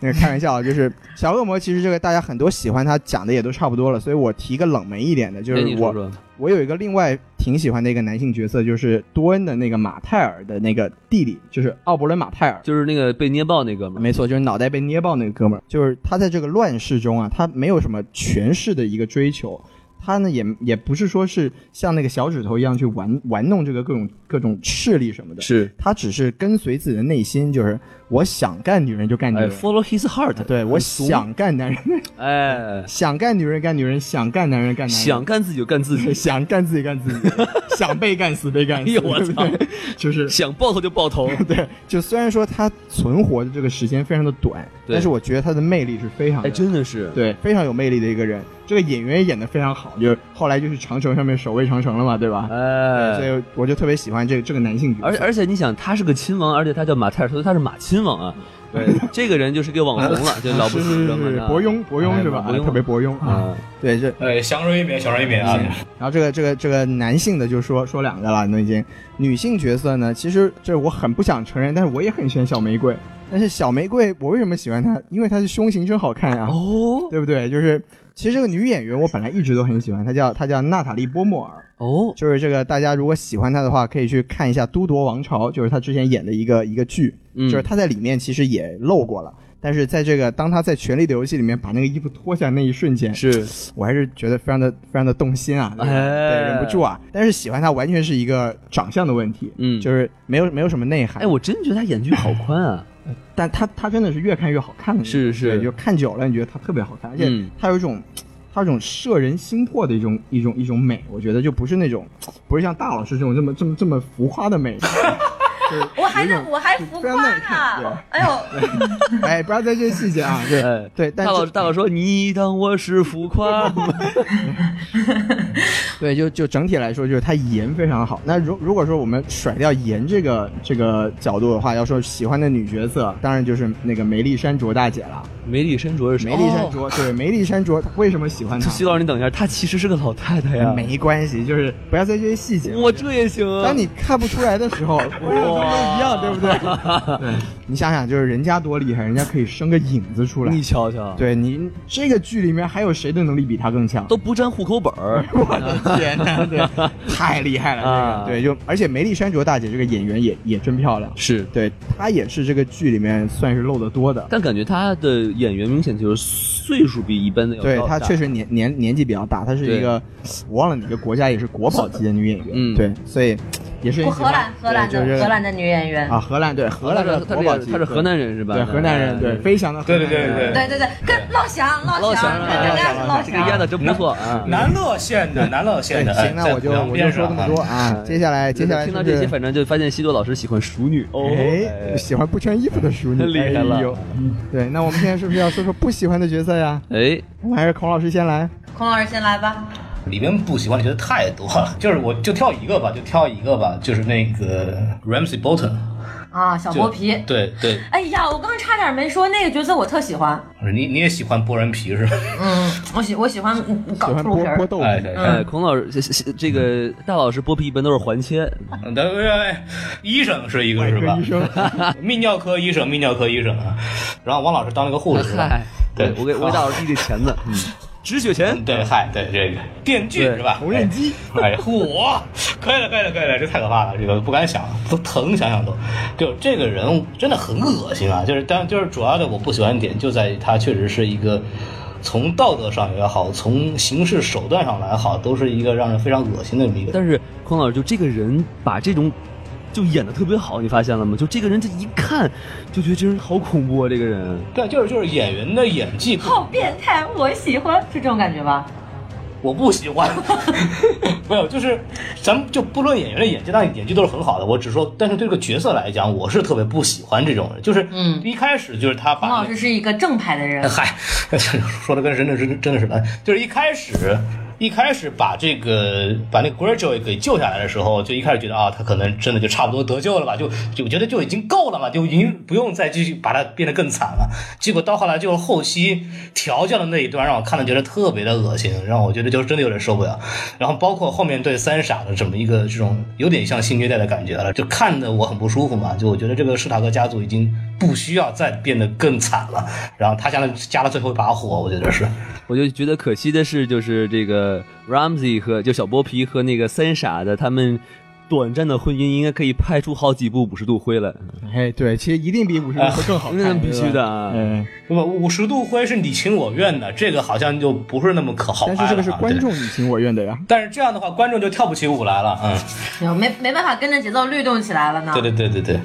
那个开玩笑啊，就是小恶魔其实这个大家很多喜欢他讲的也都差不多了，所以我提一个冷门一点的，就那是哎你我说说，我有一个另外挺喜欢的一个男性角色，就是多恩的那个马泰尔的那个弟弟，就是奥伯伦马泰尔。就是那个被捏爆那哥们儿，没错，就是脑袋被捏爆那个哥们儿，就是他在这个乱世中啊，他没有什么权势的一个追求，他呢也也不是说是像那个小指头一样去玩玩弄这个各种各种势力什么的，是，他只是跟随自己的内心，就是我想干女人就干女哎人， ，follow his heart，对我很怂，想干男人， 哎，想干女人干女人，想干男人干男人，，想干自己就干自己 想干自己干自 己，想被干死被干死，哎呦我对不操对 就是想爆头就爆头，对，就虽然说他存活的这个时间非常的短，对但是我觉得他的魅力是非常哎，的真的是，对，非常有魅力的一个人。这个演员也演得非常好，就是后来就是长城上面守卫长城了嘛，对吧？所哎。以我就特别喜欢这个这个男性角色。而而且你想，他是个亲王，而且他叫马泰尔，所以他是马亲王啊。对， 这个人就是个网红 了，就老不是死是了是嘛。伯庸，伯庸哎是吧？伯庸特别伯庸啊。啊，对，这呃，祥瑞一免，祥瑞一免啊！然后这个这个这个男性的就说说两个了，那已经女性角色呢，其实这我很不想承认，但是我也很喜欢小玫瑰。但是小玫瑰我为什么喜欢她？因为她的胸型真好看啊。哦对不对？就是其实这个女演员我本来一直都很喜欢，她叫她叫娜塔莉波莫尔，哦，就是这个大家如果喜欢她的话，可以去看一下《都铎王朝》，就是她之前演的一个一个剧，嗯就是她在里面其实也露过了。但是在这个当他在《权力的游戏》里面把那个衣服脱下那一瞬间，是我还是觉得非常的非常的动心啊，对哎忍不住啊。但是喜欢他完全是一个长相的问题，嗯就是没有没有什么内涵。哎，我真觉得他眼距好宽啊，但他他真的是越看越好看的那种，是是对就看久了你觉得他特别好看，而且嗯他有一种。他有一种摄人心魄的一种一种一种美，我觉得就不是那种，不是像大老师这种这么这么这么浮夸的美， 就是我还有一在种我还浮非常耐夸看呢，哎呦， 哎，不要在这细节啊，对哎对，但大佬这大佬说你当我是浮夸吗？对，就就整体来说，就是它颜非常好。那如如果说我们甩掉颜这个这个角度的话，要说喜欢的女角色，当然就是那个梅丽珊卓大姐了。 梅丽珊卓是谁？梅丽珊哦卓，对，梅丽珊卓，为什么 喜欢她？徐老师，你等一下，她其实是个老太太呀。没关系，就是不要在这些细节。我这也行啊。当你看不出来的 时候，我们都一样，对不对？对，你想想，就是人家多厉害，人家可以生个影子出来你。瞧瞧，对你这个剧里面还有谁的能力比他更强？都不沾户口本儿。 我的天呐，对，太厉害了，啊这个对，就而且梅丽珊卓大姐这个演员也也真漂亮，是，对她也是这个剧里面算是露得多的，但感觉她的演员明显就是岁数比一般的要对高她大确实年年年纪比较大，她是一个我忘了哪个国家也是国宝级的女演员，嗯对，所以也是很喜荷欢兰荷兰对就是的荷兰的女演员啊，，荷兰对荷兰的她是国宝级，她是河南人是吧？对河南人对嗯飞翔的河南人对对对对对对，跟老翔老老翔翔，啊看人家老是翔老这个鸭翔子，真不错啊。南乐县的，南乐县对的，哎行，那在我就衡阳我就边说上这么多啊啊，接下来接下来听到是不这是些，反正就发现西多老师喜欢熟女哦，哎，喜欢不穿衣服的淑女，厉害了哎呦对，那我们现在是不是要说说不喜欢的角色呀？哎，我们还是孔老师先来。孔老师先来吧。里边不喜欢的角色太多了， 就是我就挑一个吧，就挑一个吧，就是那个 Ramsey Bolton，啊，小就薄皮。对对，哎呀，我刚刚差点没说那个角色，我特喜欢。你你也喜欢剥人皮是 吧？嗯，我喜我喜欢嗯嗯搞喜欢猪皮剥儿剥。豆腐，哎对，哎，孔老师，这这这个大老师剥皮一般都是还切，嗯对对对，医生是一个是外吧哎科医？生， 泌尿科医生，泌尿科医生啊，然后王老师当了个护士是吧啊嗨？，对我给我给大老师递这钱呢，嗯，止血钳，对，嗨，对这个电锯对是吧？缝纫机哎，哎， 嚯，可以了，可以了，可以了，这太可怕了，这个不敢想，都疼，想想都。就这个人物真的很恶心啊！就是，但就是主要的我不喜欢的点就在于他确实是一个。从道德上也好，从行事手段上来好，都是一个让人非常恶心的一个人。但是孔老师就这个人把这种就演的特别好，你发现了吗？就这个人这一看就觉得这人好恐怖啊，这个人，对，就是就是演员的演技可好变态，我喜欢，是这种感觉吧？我不喜欢， 没有，就是咱们就不论演员的演技，但演技都是很好的。我只说，但是对这个角色来讲，我是特别不喜欢这种人，就是嗯一开始就是他把孔老那师是一个正派的人，嗨， 说的跟真的是真的是的，就是一开始一开始把这个把那个 Graduate 给救下来的时候，就一开始觉得啊，他可能真的就差不多得救了吧，就就我觉得就已经够了嘛，就已经不用再继续把他变得更惨了。结果到后来就是后期调教的那一段，让我看了觉得特别的恶心，让我觉得就真的有点受不了。然后包括后面对三傻的这么一个这种有点像性虐待的感觉了，就看得我很不舒服嘛。就我觉得这个史塔克家族已经不需要再变得更惨了。然后他加了加了最后一把火，我觉得是。我就觉得可惜的是，就是这个 Ramsey 和就小剥皮和那个三傻的他们。短暂的婚姻应该可以拍出好几部五十度灰来，哎，对，其实一定比五十度会更好看，那必须对吧。的啊！嗯，那么五十度灰是你情我愿的，这个好像就不是那么可好拍了但啊。是这个是观对众你情我愿的呀。但是这样的话，观众就跳不起舞来了。嗯，没没办法跟着节奏律动起来了呢。对对对对对。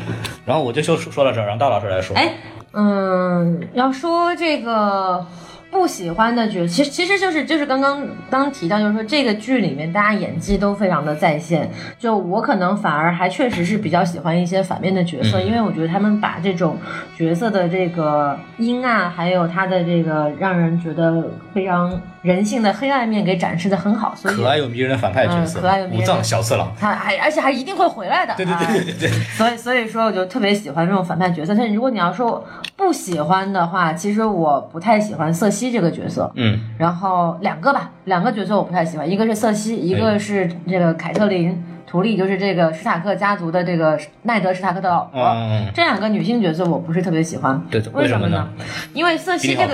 然后我就就说说到这儿，让大老师来说。哎，嗯，要说这个不喜欢的角色，其实其实就是就是刚刚刚提到，就是说这个剧里面大家演技都非常的在线。就我可能反而还确实是比较喜欢一些反面的角色，嗯因为我觉得他们把这种角色的这个阴暗，还有他的这个让人觉得非常人性的黑暗面给展示的很好，所以可爱又迷人的反派角色，嗯可爱又迷人武藏小次郎。他还而且还一定会回来的。啊对对对对对对。所以所以说，我就特别喜欢这种反派角色。但是如果你要说我不喜欢的话，其实我不太喜欢瑟西这个角色。嗯，哎然后两个吧，两个角色我不太喜欢，一个是瑟西，一个是这个凯特琳。图利就是这个史塔克家族的这个奈德·史塔克的老婆。嗯，这两个女性角色我不是特别喜欢，对，为什什么么呢？？因为瑟比西你这好个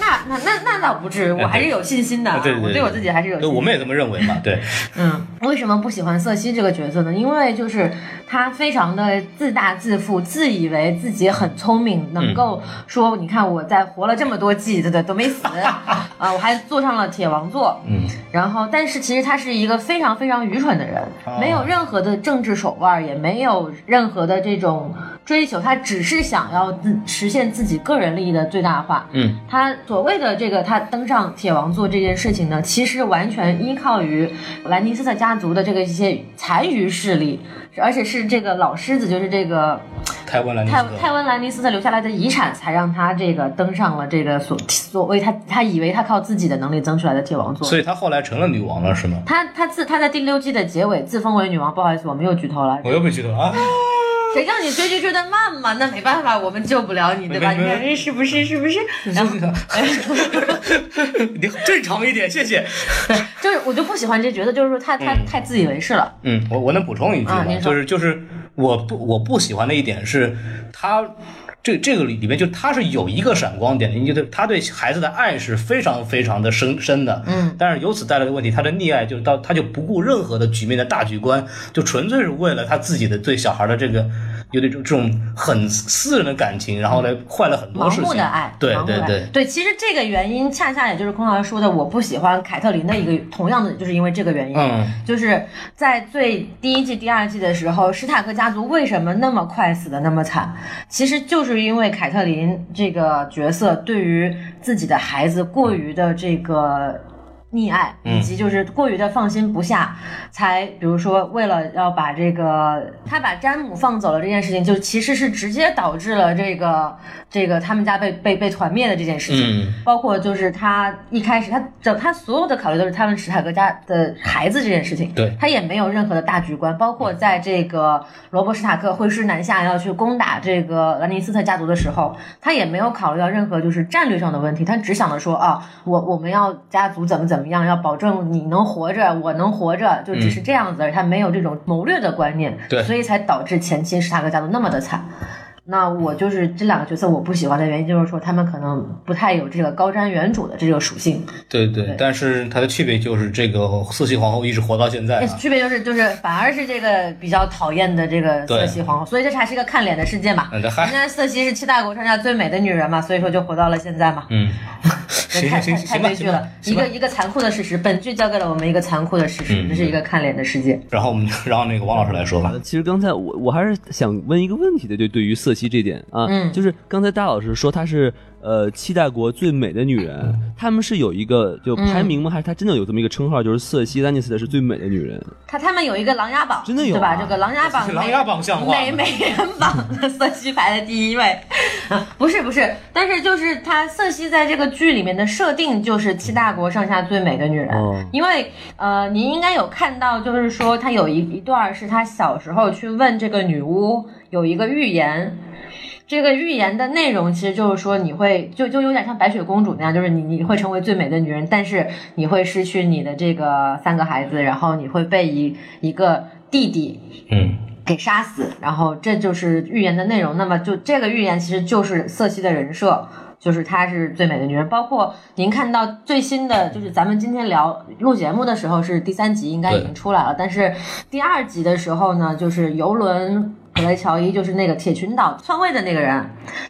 看，，那那那那倒不至于，我还是有信心的啊，啊对对对我对我自己还是有信对，心的。我们也这么认为嘛，对，嗯，为什么不喜欢瑟西这个角色呢？因为就是她非常的自大自负，自以为自己很聪明，能够说，你看我在活了这么多季，对对，都没死啊，我还坐上了铁王座。嗯，然后，但是其实他是一个非常非常愚蠢的人，哦没有任何的政治手腕，也没有任何的这种追求，他只是想要自实现自己个人利益的最大化。嗯，他所谓的这个他登上铁王座这件事情呢，其实完全依靠于兰尼斯特家族的这个一些残余势力，而且是这个老狮子，就是这个泰文兰尼斯泰特泰温·兰尼斯特留下来的遗产，才让他这个登上了这个所所谓他他以为他靠自己的能力争取来的铁王座。所以她后来成了女王了，是吗？他他自他在第六季的结尾自封为女王，不好意思，我们又剧透了。我又被剧透了啊！谁叫你追剧追得慢嘛？那没办法，我们救不了你，对吧？没你没看这是不是是不是？然后哎你正常一点，谢谢。对， 就是我就不喜欢这角色，就是说他他嗯太自以为是了。嗯，我我能补充一句吗？啊您说就是就是我不我不喜欢的一点是，他这这个里面就他是有一个闪光点的，你觉得他对孩子的爱是非常非常的深深的，嗯，但是由此带来的问题，他的溺爱就是到他就不顾任何的局面的大局观，就纯粹是为了他自己的对小孩的这个有点这种很私人的感情，然后来坏了很多盲事情。目的爱，对盲目的对爱对，对，其实这个原因恰恰也就是空老师说的，我不喜欢凯特琳的一个同样的，就是因为这个原因，嗯就是在最第一季、第二季的时候，史塔克家族为什么那么快死的那么惨？其实就是因为凯特琳这个角色对于自己的孩子过于的这个。溺爱，嗯以及就是过于的放心不下，才比如说为了要把这个他把詹姆放走了这件事情，就其实是直接导致了这个这个他们家被被被团灭的这件事情。嗯包括就是他一开始他整他所有的考虑都是他们史塔克家的孩子这件事情，对他也没有任何的大局观，包括在这个罗伯史塔克挥师南下要去攻打这个兰尼斯特家族的时候，他也没有考虑到任何就是战略上的问题，他只想着说啊，我我们要家族怎么怎么样，要保证你能活着，我能活着，就只是这样子，而他没有这种谋略的观念，嗯对所以才导致前期史塔克家族那么的惨。那我就是这两个角色我不喜欢的原因，就是说他们可能不太有这个高瞻远瞩的这个属性。对对对，但是它的区别就是这个四系皇后一直活到现在、啊。区别就是就是反而是这个比较讨厌的这个对瑟西皇后，所以这还是个看脸的事件嘛。嗯，人还家瑟西是七大国上下最美的女人嘛，所以说就活到了现在嘛， 嗯，行太行太行行太吧悲剧了。一行吧个一个残酷的事实，本剧交给了我们一个残酷的事实，嗯这是一个看脸的世界。然后我们就让那个王老师来说吧呃。其实刚才我我还是想问一个问题的，就对于瑟西这点啊，嗯就是刚才大老师说她是呃七大国最美的女人，他们是有一个就排名吗？还是她真的有这么一个称号，就是瑟西丹尼斯的是最美的女人？他他们有一个琅琊榜，真的有啊对吧？这个琅琊榜，琅琊榜像话吗美美人榜的瑟西排在第一位， 啊不是不是，但是就是她瑟西在这个剧里面的设定就是七大国上下最美的女人，哦因为呃，您应该有看到，就是说她有一一段是她小时候去问这个女巫有一个预言。这个预言的内容其实就是说，你会就就有点像白雪公主那样，就是你你会成为最美的女人，但是你会失去你的这个三个孩子，然后你会被一一个弟弟嗯给杀死，然后这就是预言的内容。那么就这个预言其实就是瑟西的人设，就是她是最美的女人。包括您看到最新的，就是咱们今天聊录节目的时候是第三集，应该已经出来了，但是第二集的时候呢，就是游轮。格雷乔伊就是那个铁群岛篡位的那个人，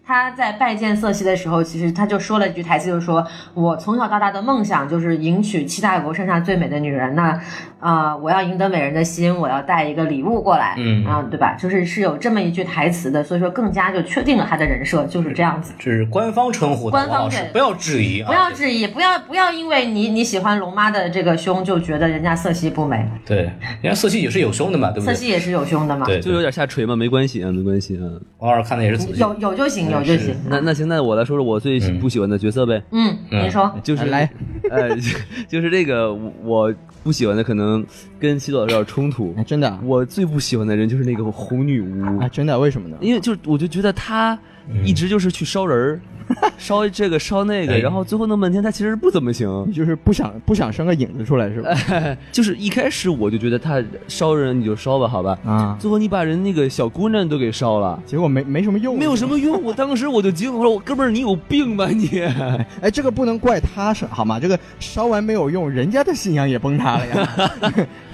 他在拜见瑟西的时候，其实他就说了一句台词，就是说我从小到大的梦想就是迎娶七大国剩下最美的女人。那，啊，我要赢得美人的心，我要带一个礼物过来。嗯啊，对吧？就是是有这么一句台词的，所以说更加就确定了他的人设就是这样子。这是官方称呼的，官王方老师对不要质疑啊，不要质疑，不要不要因为你你喜欢龙妈的这个胸就觉得人家瑟西不美，对，人家瑟西也是有胸的嘛，对不瑟对？西也是有胸的嘛。对，就对有点下垂嘛，没关系啊，没关系啊。王老师看的也是仔细。有有就行，有就行。那那行，那我来说说我最嗯不喜欢的角色呗。嗯，嗯你说，就是来，呃， 就就是这个我我不喜欢的，可能跟齐老师有点冲突啊，。真的啊哎我最不喜欢的人就是那个红女巫啊，真的啊，为什么呢？因为就是我就觉得她一直就是去烧人儿，烧这个烧那个，哎然后最后弄半天，他其实不怎么行。你就是不想不想生个影子出来 是吧？就是一开始我就觉得他烧人你就烧吧，好吧，啊，最后你把人那个小姑娘都给烧了。结果没没什么用，没有什么用，我当时我就惊了，我说我哥们儿你有病吧你？ 哎，这个不能怪他是好吗？这个烧完没有用，人家的信仰也崩塌了 呀。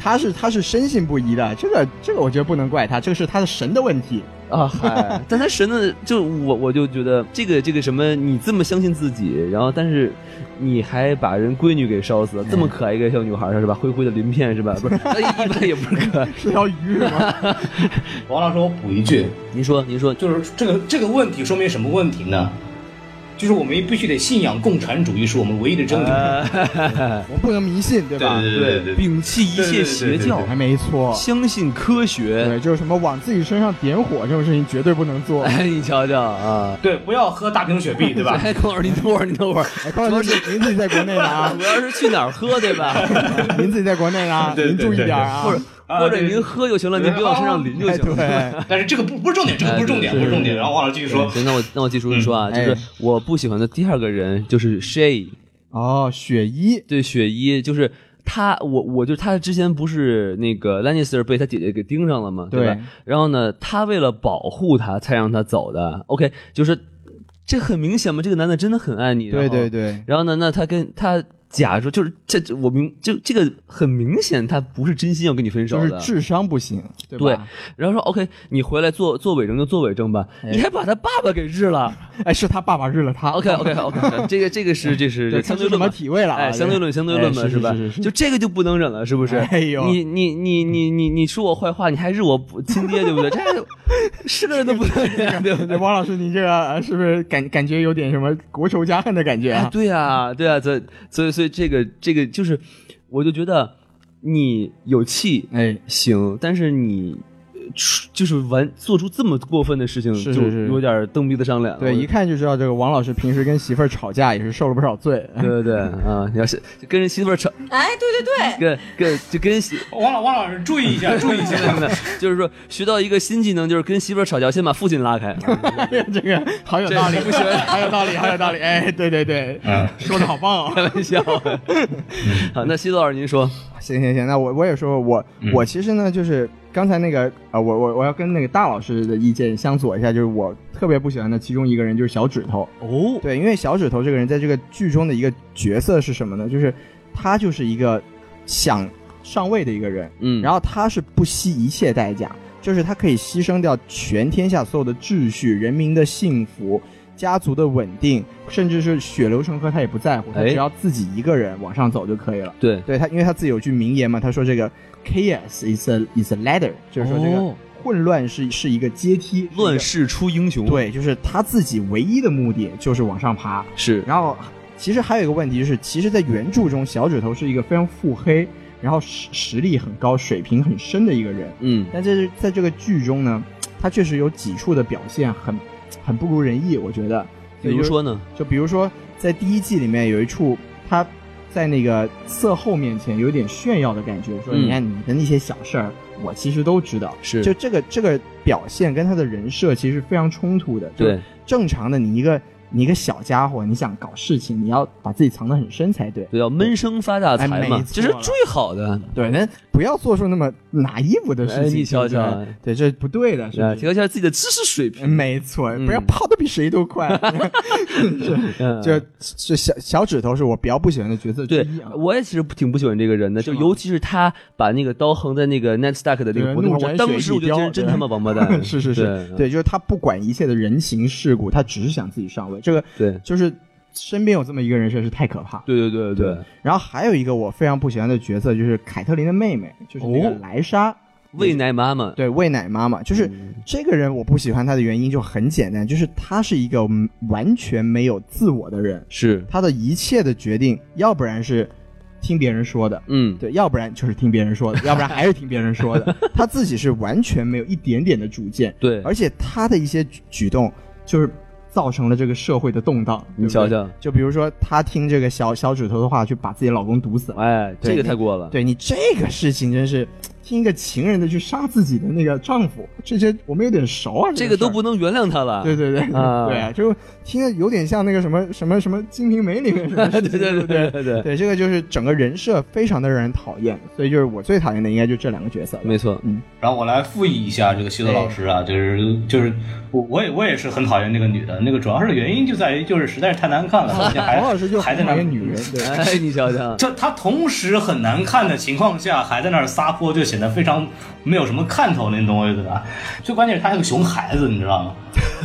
他是他是深信不疑的，这个这个我觉得不能怪他，这个是他的神的问题。啊嗨！但他神的，就我我就觉得这个这个什么，你这么相信自己，然后但是你还把人闺女给烧死了，这么可爱一个小女孩儿是吧？灰灰的鳞片是吧？不是， 哎一般也不是可爱。是条鱼是 吗？王老师，我补一句，您说您说，就是这个这个问题说明什么问题呢？就是我们必须得信仰共产主义是我们唯一的真理。呃，我不能迷信，对吧？啊对对对对摒弃一切邪教，还没错。相信科学。对，就是什么往自己身上点火这种事情绝对不 能做。哎，你瞧瞧啊！对，不要喝大瓶雪碧，对 吧？哎，空儿，你等会儿，你等会儿，哎，高老师，您自己在国内呢 啊主，要是去哪儿喝对吧？您自己在国内呢啊，对对您注意对点儿啊或。者啊或者对您喝就行了，您别往身上淋就哎，行了。对，但是这个不不是重点，这个不是重点，哎对不对是重点。然后王老师继续说，行，那我那我继续说啊，就是哎我不喜欢的第二个人就是 Shay， 哦，雪衣，对雪衣，就是他，我我就他之前不是那个兰尼斯特被他姐姐给盯上了嘛，对吧？对然后呢，他为了保护他才让他走的。OK，就是这很明显嘛，这个男的真的很爱你。对然后对。对，然后呢，那他跟他假说，就是这这我明就这个很明显，他不是真心要跟你分手就是的。智商不行，对对吧？，然后说 OK，你回来做做伪证就做伪证吧，你还把他爸爸给日了。 哎，是他爸爸日了他。 OK OK OK，这个这个是这是对相他对是论什嘛么体位了啊？哎，这相对论，相对论嘛，哎是吧是是是？就这个就不能忍了，是不是？哎呦你你你你你你说我坏话，你还日我不亲爹，对不对？这 是个人都不能忍，啊对不哎， 对？王老师，你这个呃是不是感感觉有点什么国仇家恨的感觉哎啊？对呀，对呀，这所以所以这个这个就是，我就觉得你有气哎，行，但是你。呃出就是完做出这么过分的事情，是是就是有点蹬鼻子上脸了。对，一看就知道这个王老师平时跟媳妇儿吵架也是受了不少罪。 对对对啊！你要是跟人媳妇儿吵，哎，对对对，跟跟就跟媳王老王老师注意一下，注意一下。就是说学到一个新技能，就是跟媳妇儿吵架，先把父亲拉开。这个好有道理这，不行啊好有道理，好有道理。哎，对对对，嗯 说的好棒哦。 开玩笑。好，那西子老师您说，行行行，那我我也说，我、嗯我其实呢，就是刚才那个啊、呃我我我要跟那个大老师的意见相左一下，就是我特别不喜欢的其中一个人就是小指头。哦，对，因为小指头这个人在这个剧中的一个角色是什么呢？就是他就是一个想上位的一个人，嗯，然后后他是不惜一切代价，就是他可以牺牲掉全天下所有的秩序、人民的幸福、家族的稳定，甚至是血流成河，他也不在乎，他哎只要自己一个人往上走就可以了。对，对他，因为他自己有句名言嘛，他说这个 chaos is a is a ladder，就是说这个哦混乱是是一个阶梯，是一个乱。世出英雄，，对，就是他自己唯一的目的就是往上爬，是然后其实还有一个问题就是，其实，在原著中，小指头是一个非常腹黑，然后实实力很高、水平很深的一个人。嗯，但在这在这个剧中呢，他确实有几处的表现很很不如人意，我觉得。比如就说呢，就比如说在第一季里面有一处他。在那个色后面前有点炫耀的感觉，说嗯你看你的那些小事儿，我其实都知道。是就这个这个表现跟他的人设其实非常冲突的。就对，正常的你一个你一个小家伙，你想搞事情，你要把自己藏得很深才对。对，要闷声发大财哎嘛没，错这是最好的。对，那不要做出那么拿衣服的事情。哎你瞧瞧对不对对，这是不对的，是啊，不提是？高一下自己的知识水平。没错，不要跑得比谁 都快。嗯就就小小指头是我比较不喜欢的角色之对一啊，。我也其实挺不喜欢这个人的，就尤其是他把那个刀横在那个 Ned Stark 的那个对脖子上，怒斩我雪当时一我就觉得雕真对 他妈王八蛋。是是是，对嗯对，就是他不管一切的人情世故，他只是想自己上位。这个对就是身边有这么一个人，实在是太可怕了。对对对对，然后还有一个我非常不喜欢的角色就是凯特琳的妹妹，就是那个哦莱莎。喂奶妈妈，对，喂奶妈妈就是嗯这个人，我不喜欢他的原因就很简单，就是他是一个嗯完全没有自我的人，是，他的一切的决定，要不然是听别人说的，嗯，对，要不然就是听别人说的，要不然还是听别人说 的，他自己是完全没有一点点的主见，对，而且他的一些举举动就是造成了这个社会的动荡，你对不瞧对，瞧，就比如说她听这个小小指头的话，去把自己老公毒死了。哎，这对个你太过了。对你这个事情真是听一个情人的去杀自己的那个丈夫，这些我们有点熟啊。这个个事儿都不能原谅他了。对对对啊对啊，就听着有点像那个什么什么什么《金瓶梅》里面什么事情， 对对不对对对对，对，这个就是整个人设非常的让人讨厌，所以就是我最讨厌的应该就这两个角色了。没错。然后我来复议一下这个希特老师啊，就是就是我我也我也是很讨厌那个女的，那个主要是原因就在于就是实在是太难看 了，而且还王老师就还在很那讨儿厌女人，对，哎，你瞧瞧，这他同时很难看的情况下，还在那儿撒泼，就显得非常没有什么看头那东西，对吧？最关键是他还有个熊孩子，你知道吗？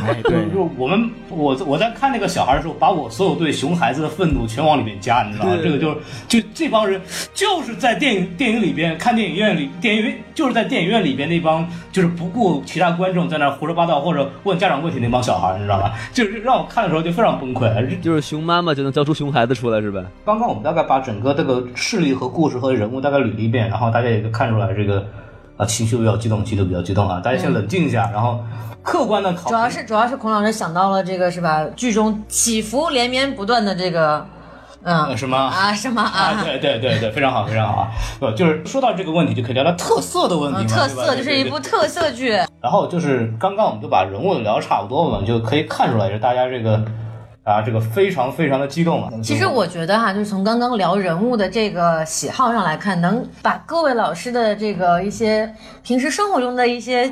哎对就。是我们我我在看那个小孩的时候，把我所有对熊孩子的愤怒全往里面加，你知道吗？对这个就是就这帮人就是在电影电影里边看电影院里电影院就是在电影院里边那帮就是不顾其他观众在那儿胡说八道或者问家长问题那帮小孩，你知道吧？就是让我看的时候就非常崩溃。这就是熊妈妈就能教出熊孩子出来是吧？刚刚我们大概把整个这个势力和故事和人物大概捋了一遍，然后大家也就看出来这个啊情绪比较激动，情绪比较激动啊，大家先冷静一下，然后客观的考虑。主要是主要是孔老师想到了这个是吧？剧中起伏连绵不断的这个，呃嗯什么？啊什么啊，啊，对对对对，非常好，非常好啊！不，就是说到这个问题，就可以聊聊特色的问题嘛嗯，特对吧色就是对一。对嗯部对特色剧，然后就是刚刚我们就把人物聊差不多了嘛，你就可以看出来，就是大家这个啊，这个非常非常的激动啊。其实我觉得哈、就是从刚刚聊人物的这个喜好上来看，能把各位老师的这个一些平时生活中的一些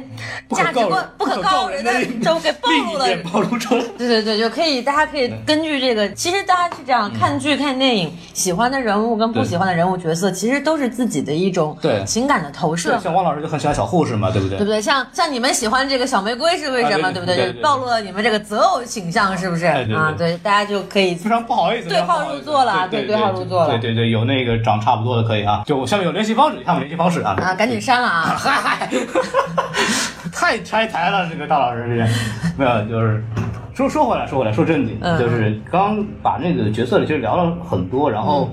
价值观不可告人的都给暴 另露一了。面暴嗯露 出来。对对对，就可以，大家可以根据这个，其实大家是这样，看剧、看电影，喜欢的人物跟不嗯对喜欢的人物角色，其实都是自己的一种对情感的投射对，。 像汪老师就很喜欢小护士嘛，对不对对？不对？像像你们喜欢这个小玫瑰是为什么？啊对不对就对对暴露了你们这个择偶倾向，是不是？哎对对啊，对，大家就可以非常不好意思，对号非常不好意思入座了对对对号入座了对对对，有那个长差不多的可以啊，就我下面有联系方式，看我联系方式啊。啊，赶紧删了啊！嗨， 太拆台了，这个大老师这个没有，就是说说回来，说回来，说正经，嗯就是刚把那个角色其实聊了很多，然后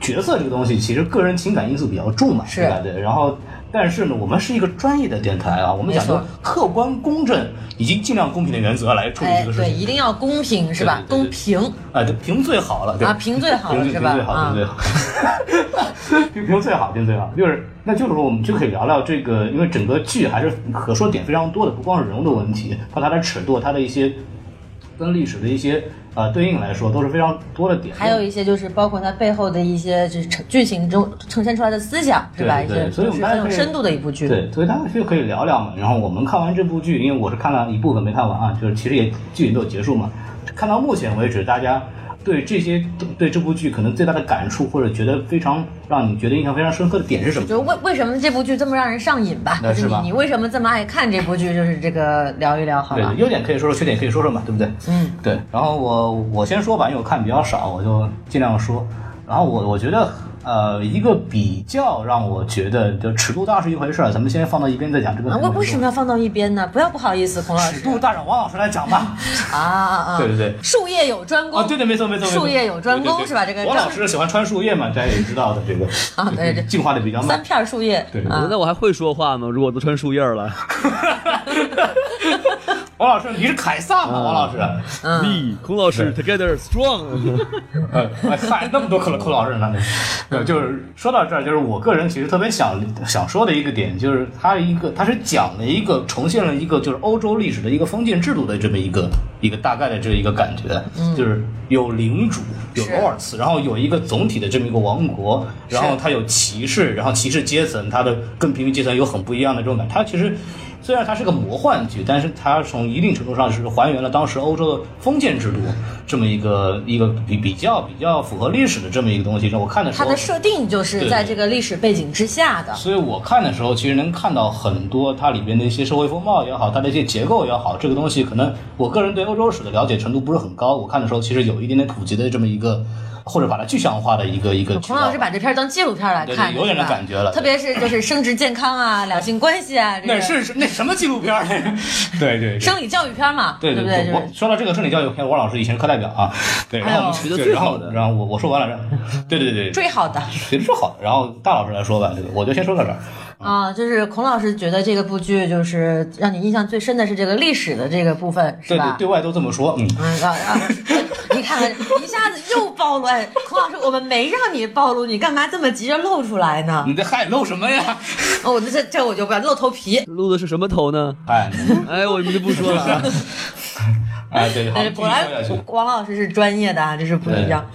角色这个东西其实个人情感因素比较重嘛，嗯是对吧？对，然后。但是呢，我们是一个专业的电台啊，我们讲究没错客观公正以及尽量公平的原则来处理哎这个，事对，情一定要公平是吧？对对对公平啊，对，评最好了，对啊，平最好评了最是评吧最？好，评啊最，好，评评最好，评 最好，就是那就是说我们就可以聊聊这个，因为整个剧还是可说点非常多的，不光是人物的问题，和它的尺度，它的一些跟历史的一些呃对应来说都是非常多的点。还有一些就是包括它背后的一些就是呈剧情中呈现出来的思想是吧？一对对些对所以就我们是大家很有可以深度的一部剧。对，所以大家就可以聊聊嘛。然后我们看完这部剧，因为我是看了一部分没看完啊，就是其实也剧也没有结束嘛。看到目前为止，大家对这些对这部剧可能最大的感触，或者觉得非常让你觉得印象非常深刻的点是什么？就为为什么这部剧这么让人上瘾吧？那就是你吧你为什么这么爱看这部剧？就是这个聊一聊好对了对，。优点可以说说，缺点可以说说嘛，对不对？嗯，对。然后我我先说吧，因为我看比较少，我就尽量说。然后我我觉得，呃，一个比较让我觉得就尺度大是一回事儿，咱们先放到一边再讲这个啊，很为多。为什么要放到一边呢？不要不好意思，孔老尺师度大让王老师来讲吧？啊啊啊！对对对术业有专攻。啊，对对，没错没错。没错术业有专攻对对对是吧这个王老师喜欢穿树叶嘛，大家也知道的，这个啊 对对进化的比较慢三。片树叶，对啊，那我还会说话吗？如果都穿树叶了，王老师，你是凯撒嗯吗？王老师，力， 孔老师 together strong。呃，嗨，那么多克扣老师呢？呃，就是说到这儿，就是我个人其实特别想想说的一个点，就是它一个它是讲了一个重现了一个就是欧洲历史的一个封建制度的这么一个一个大概的这一个感觉，就是有领主，有是罗尔茨，然后有一个总体的这么一个王国，然后它有骑士，然后骑士阶层它的跟平民阶层有很不一样的这种感觉，它其实。虽然它是个魔幻剧，但是它从一定程度上是还原了当时欧洲的封建制度这么一个一个比比较比较符合历史的这么一个东西。让我看的时它候，的设定就是对在这个历史背景之下的。所以我看的时候，其实能看到很多它里边的一些社会风貌也好，它的一些结构也好，这个东西可能我个人对欧洲史的了解程度不是很高，我看的时候其实有一点点普及的这么一个，或者把它具象化的一个一个渠道。孔老师把这片儿当纪录片儿来对对看，有点是吧那感觉了特别是就是生殖健 康啊、两性关系啊，这那个是那什么纪录片儿？ 对对对。生理教育片儿嘛，对不对，对？就我是说到这个生理教育片，王老师以前是课代表啊，对，然后我哎们对呦学得最然好后的然后我我说完了，然后对对对，对最好的学的是好的。然后大老师来说吧，对吧我就先说到这儿。啊，就是孔老师觉得这个部剧就是让你印象最深的是这个历史的这个部分，是对对吧？对外都这么说，嗯，嗯啊啊！你看看，一下子又暴露。哎，孔老师，我们没让你暴露，你干嘛这么急着露出来呢？你这嗨露什么呀？哦，我这这我就不要露头皮。录的是什么头呢？ 哎，哎，我们就不说了 啊。哎，对，好，对，继续呃果然说下去。王老师是专业的啊，这是不一样。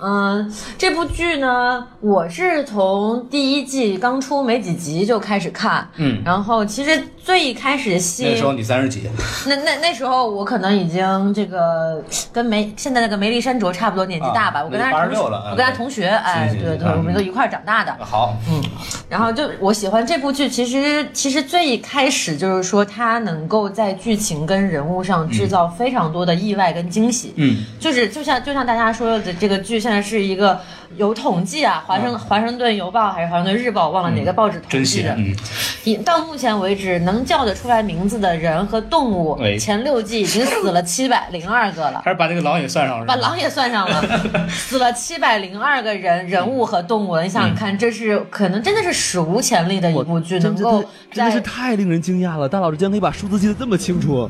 嗯，这部剧呢，我是从第一季刚出没几集就开始看，嗯然后其实最一开始吸那引时候你三十几，那那那时候我可能已经这个跟梅现在那个梅丽珊卓差不多年纪大吧，啊我跟她是同86了嗯我跟她同学，哎，行行对行嗯对，啊我们都一块儿长大的。好，然后就我喜欢这部剧，其实其实最一开始就是说它能够在剧情跟人物上制造非常多的意外跟惊喜，嗯，就是就像就像大家说的，这个剧现在是一个有统计啊，华盛华盛顿邮报还是华盛顿日报，忘了哪个报纸统真计闲的。，嗯，以到目前为止，能叫得出来名字的人和动物，哎前六季已经死了七百零二个 了。还是把那个狼也算上了，把狼也算上了，死了七百零二个人人物和动物，你想想看，这是可能真的是史无前例的一部剧，能真的够真的是在太令人惊讶了！大老师竟然可以把数字记得这么清楚，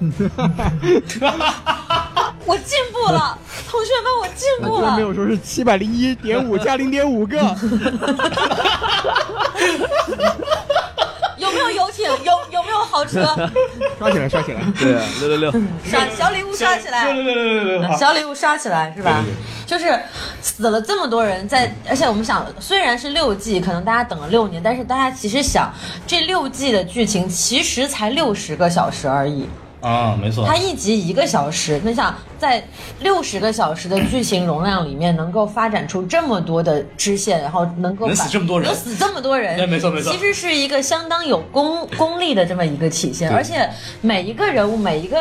我进步了，同学们，我进步居然没了。有说是七百零一点五加零点 五个，有没有游艇？有有没有 豪车？刷起来，刷起来。 对，啊六 六六，刷小礼物刷起来对，对对对对对，好小礼物刷起来是吧？就是死了这么多人在，而且我们想，虽然是六季，可能大家等了六年，但是大家其实想，这六季的剧情其实才六十个小时而已，啊，没错它，一集一个小时，你想在六十个小时的剧情容量里面，能够发展出这么多的支线，然后能够把能死这么多人哎能死这么多人，对没错没错其实是一个相当有功功力的这么一个体现，而且每一个人物每一个。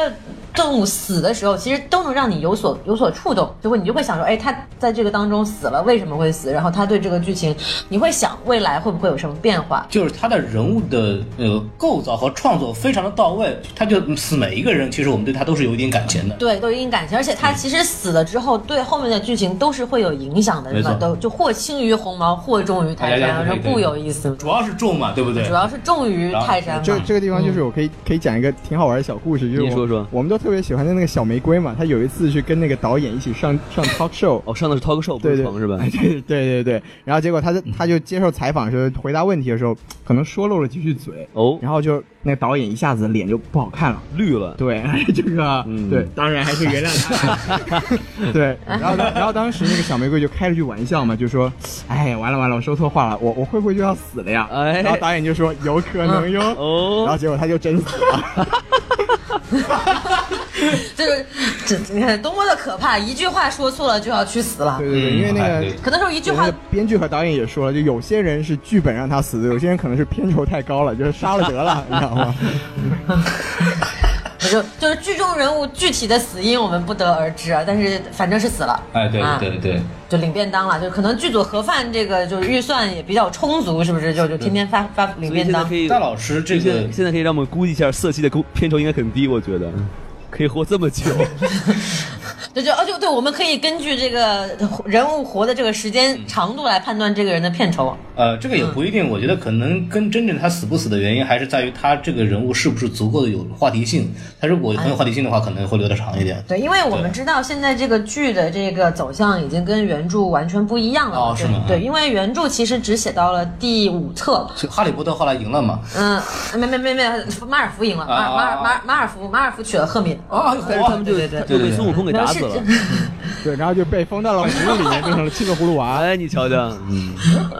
动物死的时候，其实都能让你有所有所触动，就会你就会想说，哎，他在这个当中死了，为什么会死？然后他对这个剧情，你会想未来会不会有什么变化？就是他的人物的呃构造和创作非常的到位，他就死每一个人，其实我们对他都是有一点感情的，对，都有一定感情，而且嗯他其实死了之后，对后面的剧情都是会有影响的，没对吧？错哎都就或轻于鸿毛，或重于泰大家山，都说可以不有意思。主要是重嘛，对不对？主要是重于然后泰山这嘛，这个地方就是我可以可以讲一个挺好玩的小故事，就是你我说说我们都特别喜欢的那个小玫瑰嘛，她有一次去跟那个导演一起上上 talk show，哦，上的是 talk show 不是对对床是吧？哎 对对对对，然后结果他在他就接受采访的时候回答问题的时候，可能说漏了几句嘴，哦，然后就那个导演一下子脸就不好看了。绿了，对， 这个、嗯对，当然还是原谅他。 对，然后当然后当时那个小玫瑰就开了句玩笑嘛，就说：“哎，完了完了，我说错话了，我我会不会就要死了呀？”哎然后导演就说：“有可能哟。然后哦，结果他就真死了。就是这你看多么的可怕，一句话说错了就要去死了对。对对，嗯因为那哎个对可能时候一句对那话个编剧和导演也说了，就有些人是剧本让他死的，有些人可能是片酬太高了，就是杀了得了，你知道吗？ 就就是剧中人物具体的死因我们不得而知啊，但是反正是死了，哎，对啊对对，就领便当了，就可能剧组盒饭这个就是预算也比较充足，是不是？就就天天发发领所以便现在当可。以，大老师这现个在现在可以让我们估计一下色系的工片酬应该很低，我觉得可以活这么久，对，就哦，就对，我们可以根据这个人物活的这个时嗯间长度来判断这个人的片酬。呃，这个嗯也不一定，我觉得可能跟真正他死不死的原因，还是在于他这个人物是不是足够的有话题性。他如果很有话题性的话，可能会留得长一点。对，因为我们对知道现在这个剧的这个走向已经跟原著完全不一样了嘛。哦是吗对，对因为原著其实只写到了第五册。所以哈利波特后来赢了嘛？嗯，没没没没，马尔福赢了，马尔马尔马尔马尔福马尔福娶了赫敏。啊，但是他们就对对对就被孙悟空给打死没了有。是对，然后就被封到了葫芦里面，变成了七个葫 芦娃。哎，你瞧瞧，嗯，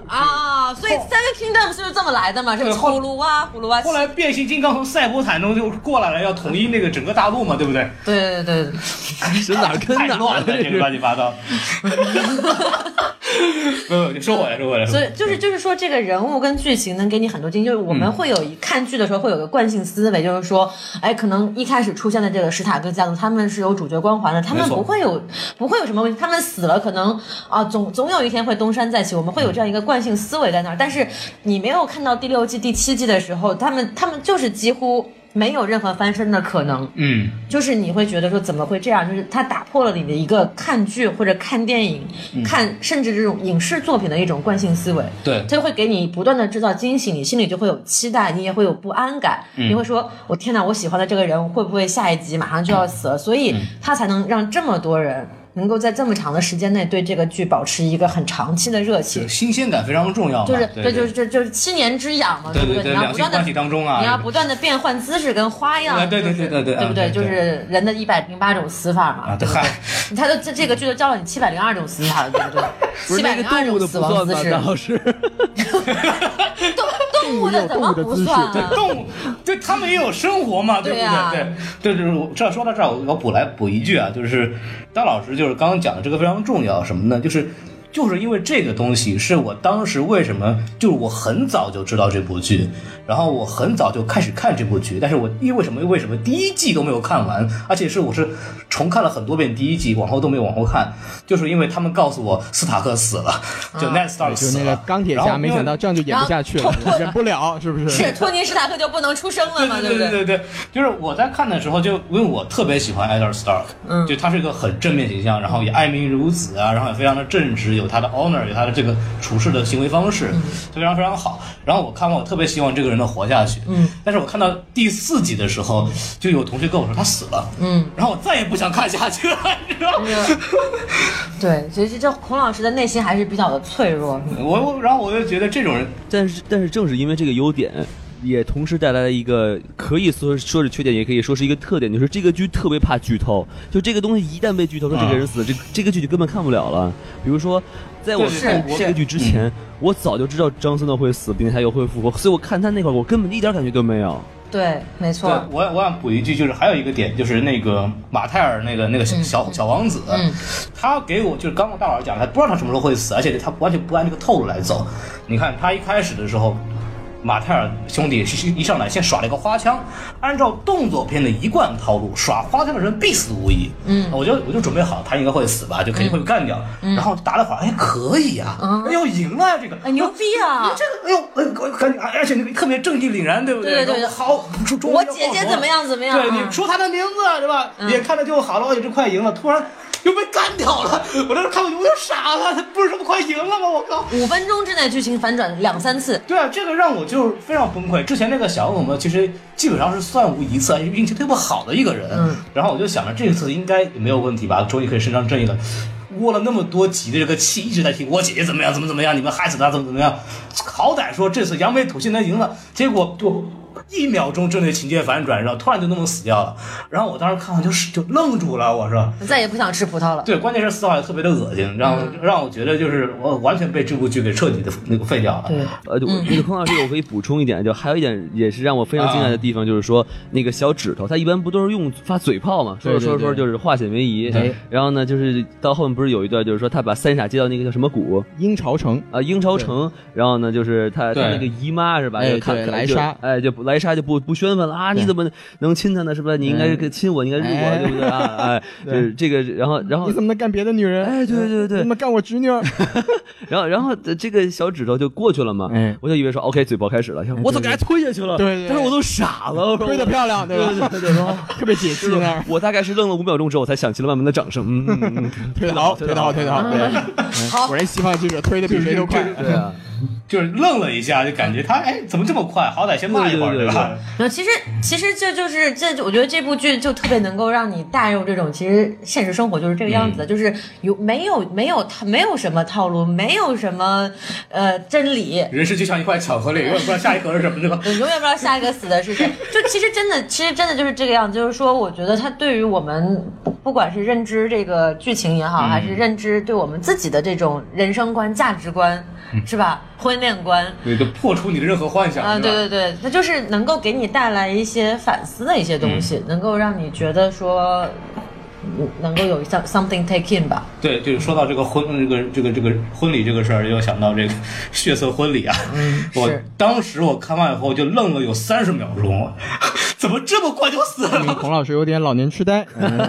啊，所以 Seven Kingdom 是不是这么啊来的嘛？这个对后葫芦娃，葫芦娃。后来变形金刚从赛博坦中就过来了，要统一那个整个大陆嘛，对不对？对对对对。这哪儿跟太哪乱儿了，这个乱七八糟。没有，你说回来，说回来，说所回以来。就是就是说，这个人物跟剧情能给你很多惊喜。就是嗯我们会有一看剧的时候会有个惯性思维，就是说，哎，可能一开始出现的这个史塔克家族，他们是有主角光环的，他们没错不会有不会有什么问题，他们死了可能啊，总总有一天会东山再起。我们会有这样一个惯性思维在那儿，但是你没有看到第六季、第七季的时候，他们他们就是几乎。没有任何翻身的可能。嗯，就是你会觉得说怎么会这样？就是它打破了你的一个看剧或者看电影、看甚至这种影视作品的一种惯性思维。对，它就会给你不断的制造惊喜，你心里就会有期待，你也会有不安感，你会说：“我天哪，我喜欢的这个人会不会下一集马上就要死了？”所以它才能让这么多人能够在这么长的时间内对这个剧保持一个很长期的热情就。新鲜感非常重要嘛。就是对，就是就就是七年之痒嘛，对不对对？对，你要两不性断关的系当中啊，你要不断的变换姿势跟花哎样，对对就是对对对对不对？嗯就对是人的一百零八种死法嘛，啊对对不对嗨？他都这这个剧都教了你七百零二种死法了，对 不对？不七是那百个零二动物种的死不算亡姿吧，势，张老师？动动物 的怎么不算动啊？动物，对他们也有生活嘛，对不对啊对？对，对，就是我这说到这儿，我要补来补一句啊，就是张老师就是刚刚讲的这个非常重要，什么呢？就是。就是因为这个东西是我当时为什么，就是我很早就知道这部剧，然后我很早就开始看这部剧，但是我因为什么为什么第一季都没有看完，而且是我是重看了很多遍第一季，往后都没有往后看，就是因为他们告诉我斯塔克死了，就啊 Ned Stark 就死那个了，钢铁侠，没想到这样就演不下去了然后然，后忍不了，是不是？ 是托尼·史塔克就不能出声了嘛，对不对对？对对，就是我在看的时候就，因为我特别喜欢 Eddard Stark，嗯就他是一个很正面形象，然后也爱民如子啊，然后也非常的正直，有他的 honor，有他的这个处事的行为方式，就非常非常好。然后我看完，我特别希望这个人能活下去，嗯，但是我看到第四集的时候，就有同学跟我说他死了，嗯，然后我再也不想看下去了，你知道吗？对，所以这这孔老师的内心还是比较的脆弱。 我我然后我就觉得这种人 但是但是正是因为这个优点，也同时带来了一个可以说说是缺点，也可以说是一个特点，就是这个剧特别怕剧透。就这个东西一旦被剧透，说这个人死了，这这个剧就根本看不了了。比如说。在我对是看过这个剧之前，我早就知道张森的会死，并且他又会复活，所以我看他那会儿，我根本一点感觉都没有。对，没对错，，我我想补一句，就是还有一个点，就是那个马泰尔那个那个小、小小王子，啊嗯他给我就是刚刚大老师讲，他不知道他什么时候会死，而且他完全不按这个套路来走。你看他一开始的时候。马泰尔兄弟是一上来先耍了一个花枪，按照动作片的一贯套路，耍花枪的人必死无疑。嗯，我就我就准备好，他应该会死吧，就肯定会被干掉。嗯然后打了会儿，哎，可以呀、啊，哎呦，赢了呀，这个，哎，牛逼嗯啊！这个，哎呦，我感觉，而且那个特别正义凛然，对不对对对对好，终于我要姐报姐仇怎么了样怎么样？嗯对，啊你说他的名字是吧？也看着就好了，哎，这快赢了，突然又被干掉了，我当时看我我就傻了，他不是这么快赢了吗？我靠！五分钟之内剧情反转两三次，对啊，这个让我就是非常崩溃。之前那个小恶魔其实基本上是算无一次，而且啊运气特别好的一个人。嗯然后我就想着这次应该也没有问题吧，终于可以伸张正义了。窝了那么多集的这个气，一直在听我姐姐怎么样，怎么怎么样，你们害死她怎么怎么样。好歹说这次扬眉吐气能赢了，结果就一秒钟之内情节反转，然后突然就那么死掉了。然后我当时看完就是就愣住了，我说。再也不想吃葡萄了。对，关键是四号也特别的恶心，让、嗯让我觉得就是我完全被这部剧给彻底的那个废掉了。对，呃，就我那个孔老师，我可以补充一点，就还有一点也是让我非常惊讶啊的地方，就是说那个小指头，他一般不都是用发嘴炮嘛？说着对对说着对说着就是化险为夷对。然后呢，就是到后面不是有一段，就是说他把三傻接到那个叫什么谷鹰巢城，啊鹰巢城，然后呢，就是他他对那个姨妈是吧？哎就看对看莱就莎哎，就不莱莎就不不宣愤了啊！你对怎么能亲他呢？是吧？你应该嗯亲我，你应该入哎我，对不对啊？哎，就是这个，然后然后你怎么能干别的女人？哎对对对你怎么干我侄女 儿？然后然后呃这个小指头就过去了嘛，哎我就以为说 OK 嘴炮开始了，我怎么给他推下去了？对对对但是我都傻了，我说吹的漂亮，哦对吧？对对 对，特别解气那儿，我大概是愣了五秒钟之后，我才响起了慢慢的掌声。嗯嗯，嗯嗯推的好，推的好，推的好，嗯对，果然西方记者推的比谁都快。对 啊，就是愣了一下，就感觉他哎怎么这么快？好歹先骂一会儿，对对对吧？然后其实其实这就是这，我觉得这部剧就特别能够让你带入这种，其实现实生活就是这个样子的，就是有没有没有他没有什么套路，没有什么呃真理。人生就像一块巧克力，永远不知道下一口是什么，对吧？你永远不知道下一个死的是谁，就其实真的，其实真的就是这个样子。就是说，我觉得它对于我们，不不管是认知这个剧情也好，还是认知对我们自己的这种人生观、价值观，是吧？婚恋观，对，就破除你的任何幻想，啊，对对吧对对，它就是能够给你带来一些反思的一些东嗯西，能够让你觉得说，嗯能够有 some something take in 吧。对，就是说到这个婚，这个这个这个婚礼这个事儿，又想到这个血色婚礼啊。嗯我是当时我看完以后就愣了有三十秒钟，怎么这么快就死了？嗯孔老师有点老年痴呆，嗯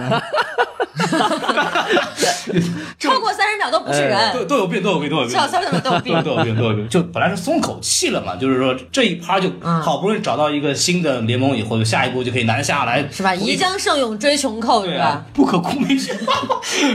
超过三十秒都不是人，都都有病，都有病，都有病。小三怎么都有对病？ 对对对对，就本来是松口气了嘛，就是说这一趴就嗯好不容易找到一个新的联盟以后，就下一步就可以拿下来，是吧？宜将胜勇追穷寇，对是啊吧？，不可控没学霸，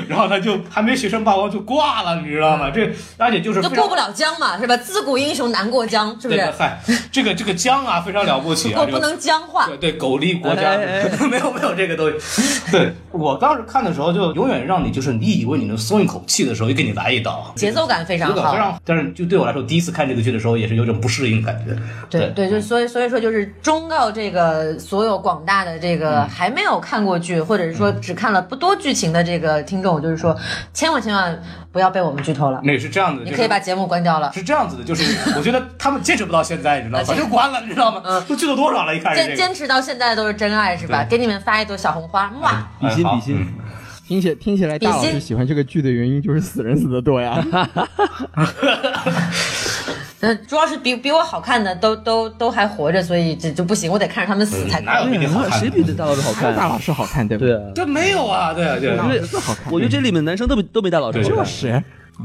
然后他就还没学成霸王就挂了，你知道吗？这而且就是就非常嗯过不了江嘛，是吧？自古英雄难过江，是不啊对是？嗨，这个这个姜啊非常了不起啊，我这不个能僵化，对对，狗立国家，哎哎 没有没有这个东西。 对我当时看的时候，就永远让你就是你以为你能松一口气的时候，就给你来一刀，节奏感非常有点非好。常。但是就对我来说，第一次看这个剧的时候，也是有种不适应的感觉。对对，嗯就所以所以说就是忠告这个所有广大的这嗯个还没有看过剧，或者是说只看了不多剧情的这个听众，就是说千万千万不要被我们剧透了，那是这样子，你就是可以把节目关掉了。是这样子的，嗯就是我觉得他们坚持不到现在，你知道吗？ 啊嗯就关了，你知道吗？都剧透多少了？一开始坚这个坚持到现在都是真爱是吧？给对你们发一朵小红花，哇！比心哎好比心，听起听起来，大老比师心喜欢这个剧的原因就是死人死的多 呀。嗯，主要是比比我好看的都都都还活着，所以这就不行，我得看着他们死才嗯哪哎看。有比你好看？谁比这大老师好还看有大啊？老师好看，对 不对？啊，这没有啊，对啊对我啊觉。这得好看嗯我觉得这里面男生都比都没大老师好看。就是，呃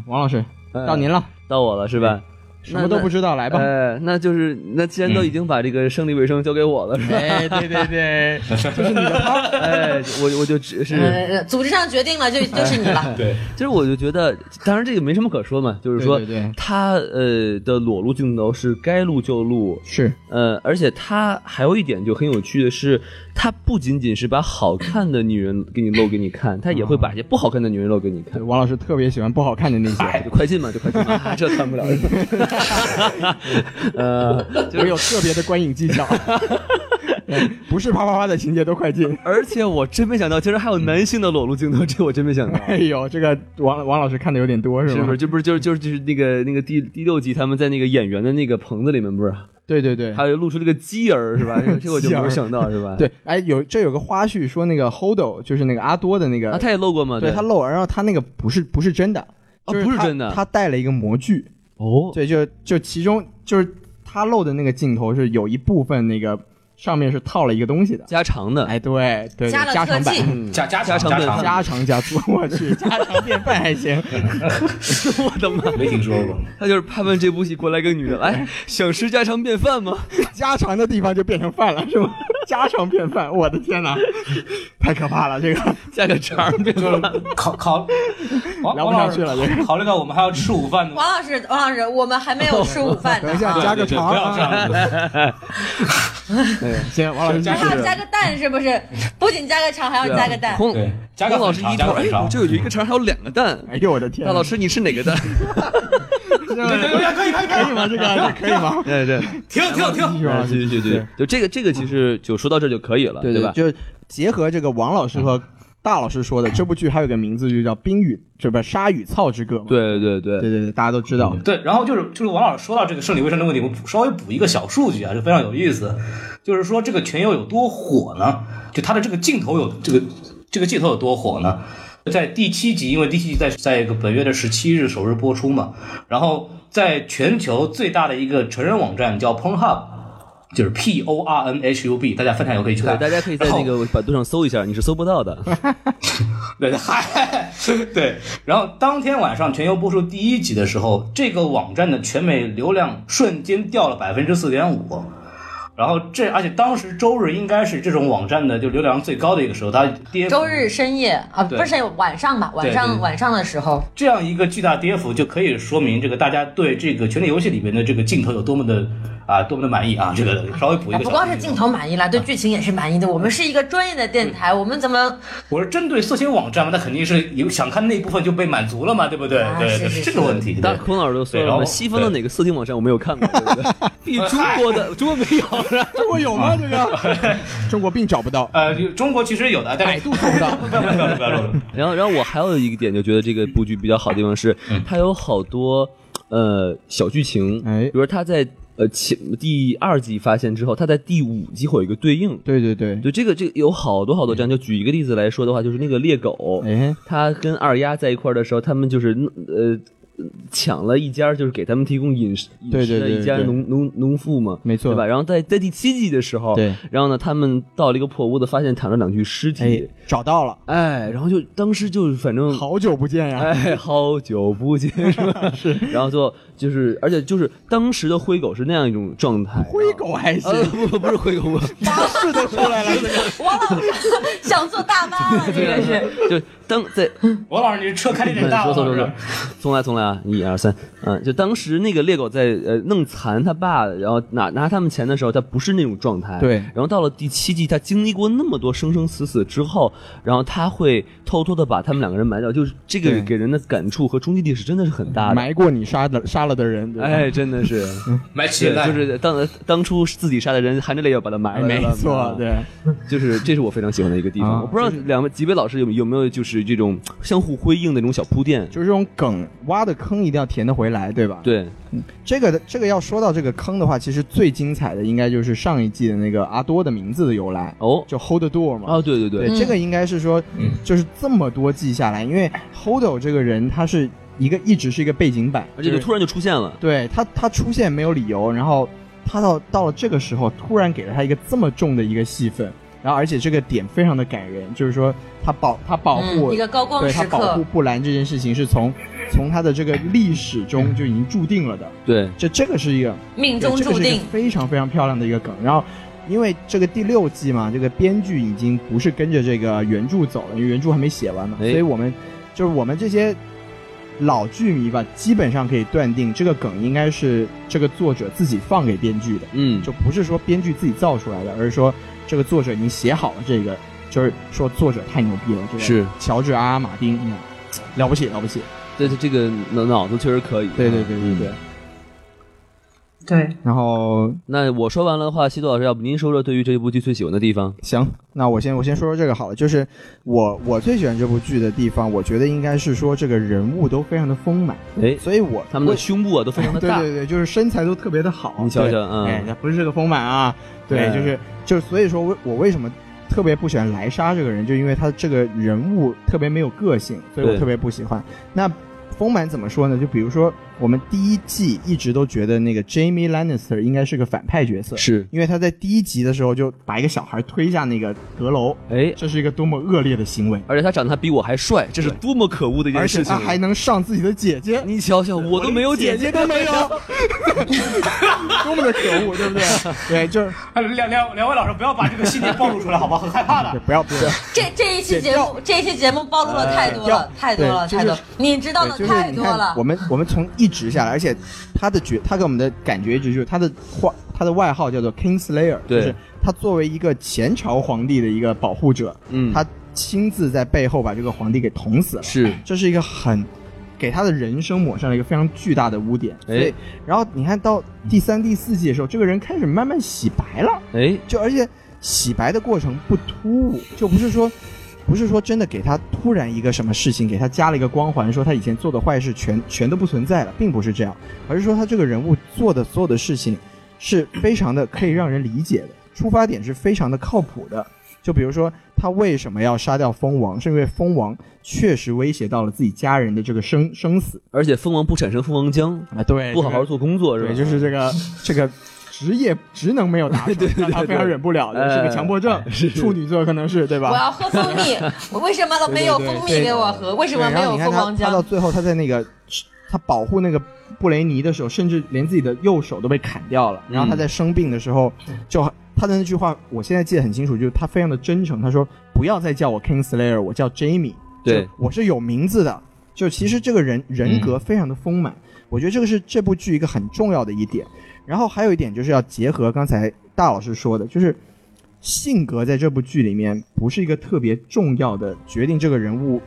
王老师哎到您了，到我了是吧？什么都不知道，嗯来吧。嗯哎，那就是那既然都已经把这个生理卫生交给我了，是 吧？哎，对对对， 就是你的汤。哎，我我就只哎是，呃，组织上决定了，就就是你 了。对，其实我就觉得，当然这个没什么可说嘛，就是说对对对他呃的裸露镜头是该露就露，是呃，而且他还有一点就很有趣的是，他不仅仅是把好看的女人给你露给你看，他也会啊把一些不好看的女人露给你看哎对，。王老师特别喜欢不好看的那些，就快进嘛，就快进嘛，啊这看不了。 呃， 我有特别的观影技 巧，对不是啪啪啪的情节都快进。而且我真没想到，竟然还有男性的裸露镜头，这我真没想到。哎呦，这个王王老师看的有点多是是吗？不是？这不是就是就是就是那个那个第第六集，他们在那个演员的那个棚子里面，不是对对对，还有露出这个鸡儿 是吧？这我就没有想到是吧？对，哎，有这有个花絮说那个 Hodo 就是那个阿多的那个，啊，他也露过吗？对他露，然后他那个不是不是真的，哦就不是他真的他带了一个模具，哦，对，就就其中就是他露的那个镜头是有一部分那个上面是套了一个东西的，加长的，哎，对对，对加了加特长版。技，加加嗯长加长加对长，加长加粗，我去，家常便饭 还行。我的妈！没听说过。他就是盼盼这部戏过来一个女的，哎，想吃家常便饭吗？家常的地方就变成饭了，是 吗？家常便饭，我的天哪，太可怕了！这 个加个肠儿便就是饭。考考，王聊不王上老去师了这考虑到我们还要吃午饭呢，王老师，王老师，我们还没有吃午饭呢等一下啊，加个对对肠不要这样子。哎行，王老师继加还续要加个蛋是不是？不仅加个肠，还啊啊要加个蛋。孔对啊加个孔老很师长一加头，个很哎，长我这有一个肠，还有两个蛋。哎呦我的天大哪，老师，你吃哪个蛋？对对对，可以可以可可以吗？这个可以 吗？对对，停停停，是吧对对对，就这个这个其实就说到这就可以了，对吧？就是结合这个王老师和大老师说的，这部剧还有个名字就叫《冰与》，这不是《沙与操之歌》吗？对对对对对嗯对，大家都知道。对，然后就是就是王老师说到这个生理卫生的问题，我补稍微补一个小数据啊，就非常有意思，就是说这个全游有多火呢？就它的这个镜头有这个这个镜头有多火呢？在第七集，因为第七集在在一个本月的十七日首日播出嘛，然后在全球最大的一个成人网站叫 Pornhub，就是 P O R N H U B，大家翻墙也可以去对，看。大家可以在那个百度上搜一下，你是搜不到的。对， 嗨，对。然后当天晚上全游播出第一集的时候，这个网站的全美流量瞬间掉了百分之四点五。然后这，而且当时周日应该是这种网站的就流量最高的一个时候，它跌幅周日深夜啊，对不是深夜晚上吧？晚对上对晚上的时候，这样一个巨大跌幅，就可以说明这个大家对这个《权力游戏》里面的这个镜头有多么的啊，多么的满意啊。这个稍微补一啊个不小光是信息镜头满意啦，对剧情也是满意的。我们是一个专业的电台，我们怎么我是针对色情网站嘛，那肯定是有想看那一部分就被满足了嘛，对不对？啊对，是对是这个问题。当对然，孔老师都说对然了后嘛，西方的哪个色情网站我没有看过，对不对？比中国的中国没有是吧？中国有吗？这 个中国并找不到，呃，就中国其实有的，但百是度搜不到。不要不要不要不要不要。然后，然后我还有一个点，就觉得这个布局比较好的地方是，嗯它有好多呃小剧情，哎比如他在呃前第二季发现之后，他在第五季会有一个对应。对对对，就这个这个有好多好多这样，就举一个例子来说的话，就是那个猎狗，嗯哎，他跟二丫在一块儿的时候，他们就是呃抢了一家就是给他们提供饮食饮对食对的对一家对农农农妇嘛，没错对吧？然后在在第七季的时候，对，然后呢，他们到了一个破屋子，发现躺着两具尸哎体，，找到了，哎，然后就当时就反正好久不见呀，哎，好久不见是吧？是，然后最后就是，而且就是当时的灰狗是那样一种状态，灰狗还行，呃不不不是灰狗，不巴士都出来了，这个王老师想做大妈 了，这个是。就当在 王老师，你车开的说挺大错了，说啊是错吧，重来重来啊！一二三，嗯，就当时那个猎狗在呃弄残他爸，然后拿拿他们钱的时候，他不是那种状态。对然后到了第七季，他经历过那么多生生死死之后，然后他会偷偷的把他们两个人埋掉，就是这个对给人的感触和冲击力是真的是很大的。埋过你杀的杀了的人，对吧啊哎，真的 是，买起对，来就是当当初自己杀的人含着泪要把他埋哎了，没错，对。啊对，就是这是我非常喜欢的一个地方。啊我不知道两位几位老师有有没有就是这种相互辉映的那种小铺垫。就是这种梗挖的坑一定要填得回来，对吧？，对，这个的这个要说到这个坑的话，其实最精彩的应该就是上一季的那个阿多的名字的由来，哦，就 Hold the Door 嘛。啊，对对对，对，这个应该是说，就是这么多季下来，因为 Holdo 这个人他是一个一直是一个背景板，而且就就是突然就出现了，对他他出现没有理由，然后他到到了这个时候突然给了他一个这么重的一个戏份，然后而且这个点非常的感人，就是说他保他保护、嗯，一个高光对他时保刻护，布兰这件事情是从从他的这个历史中就已经注定了的，对，这这个是一个命对中这个注是一定个。非常非常漂亮的一个梗。然后，因为这个第六季嘛，这个编剧已经不是跟着这个原著走了，因为原著还没写完嘛，哎所以我们就是我们这些老剧迷吧，基本上可以断定这个梗应该是这个作者自己放给编剧的，嗯，就不是说编剧自己造出来的，而是说这个作者已经写好了这个，就是说作者太牛逼了，这个是乔治阿尔马丁。嗯了不起，了不起！对对，这个脑脑子确实可以。啊对对对对对。嗯对，然后那我说完了的话，西多老师，要不您说说对于这部剧最喜欢的地方？行，那我先我先说说这个好了，就是我我最喜欢这部剧的地方，我觉得应该是说这个人物都非常的丰满，哎，所以我他们的嗯我胸部啊都非常的对大，对对，就是身材都特别的好，你瞧瞧对嗯哎，那不是这个丰满啊，对，嗯就是就是，所以说我我为什么特别不喜欢莱莎这个人，就因为他这个人物特别没有个性，所以我对特别不喜欢。那丰满怎么说呢？就比如说我们第一季一直都觉得那个 Jamie Lannister 应该是个反派角色，是，因为他在第一集的时候就把一个小孩推下那个阁楼，哎，这是一个多么恶劣的行为，而且他长得还比我还帅，这是多么可恶的一件而且事情他啊！还能上自己的姐姐， 你瞧瞧，我都没有姐姐姐，都没有，多么的可恶，对不对？ 对，就是哎两两两位老师不要把这个细节暴露出来，好吧？很害怕的 对。不要不要，这这一期节目，这一期节目暴露了太多哎要了，太多了，对太多就，你知道的对，就太是你多看了我。们我们从一直下来，而且他的角他给我们的感觉一直就是他的话他的外号叫做 King Slayer，对就是他作为一个前朝皇帝的一个保护者，嗯他亲自在背后把这个皇帝给捅死了，是，这是一个很给他的人生抹上了一个非常巨大的污点。哎所以，然后你看到第三、第四季的时候，这个人开始慢慢洗白了，哎，就而且洗白的过程不突兀，就不是说。不是说真的给他突然一个什么事情，给他加了一个光环，说他以前做的坏事全全都不存在了，并不是这样，而是说他这个人物做的所有的事情是非常的可以让人理解的，出发点是非常的靠谱的。就比如说他为什么要杀掉蜂王，是因为蜂王确实威胁到了自己家人的这个生生死而且蜂王不产生蜂王浆，啊，对不好好做工作是吧？对，就是这 个这个职业职能没有达成，让他非常忍不了的，哎呃 是个强迫症，处女座可能是对吧？我要喝蜂 蜜，我为什么都没有对对对蜂对蜜给我喝？为什对，么没然后有你看蜂他王他到浆？最后他在那个他保护那个布雷尼的时候，甚至连自己的右手都被砍掉了。然后他在生病的时候，就他的那句话，我现在记得很清楚，就是他非常的真诚，他说不要再叫我 King Slayer，我叫 Jamie，对，就我是有名字的。就其实这个人人格非常的丰满，我觉得这个是这部剧一个很重要的一点。然后还有一点就是要结合刚才大老师说的，就是性格在这部剧里面不是一个特别重要的决定这个人物，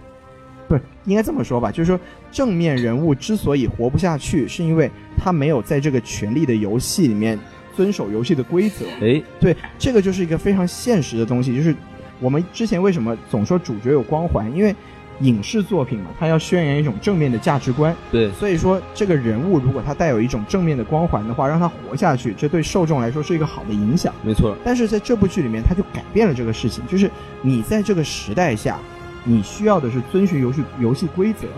不是应该这么说吧？就是说正面人物之所以活不下去，是因为他没有在这个权力的游戏里面遵守游戏的规则。哎，对，这个就是一个非常现实的东西，就是我们之前为什么总说主角有光环，因为影视作品嘛，它要宣扬一种正面的价值观，对，所以说这个人物如果他带有一种正面的光环的话，让他活下去，这对受众来说是一个好的影响。没错，但是在这部剧里面，他就改变了这个事情，就是你在这个时代下，你需要的是遵循游戏游戏规则。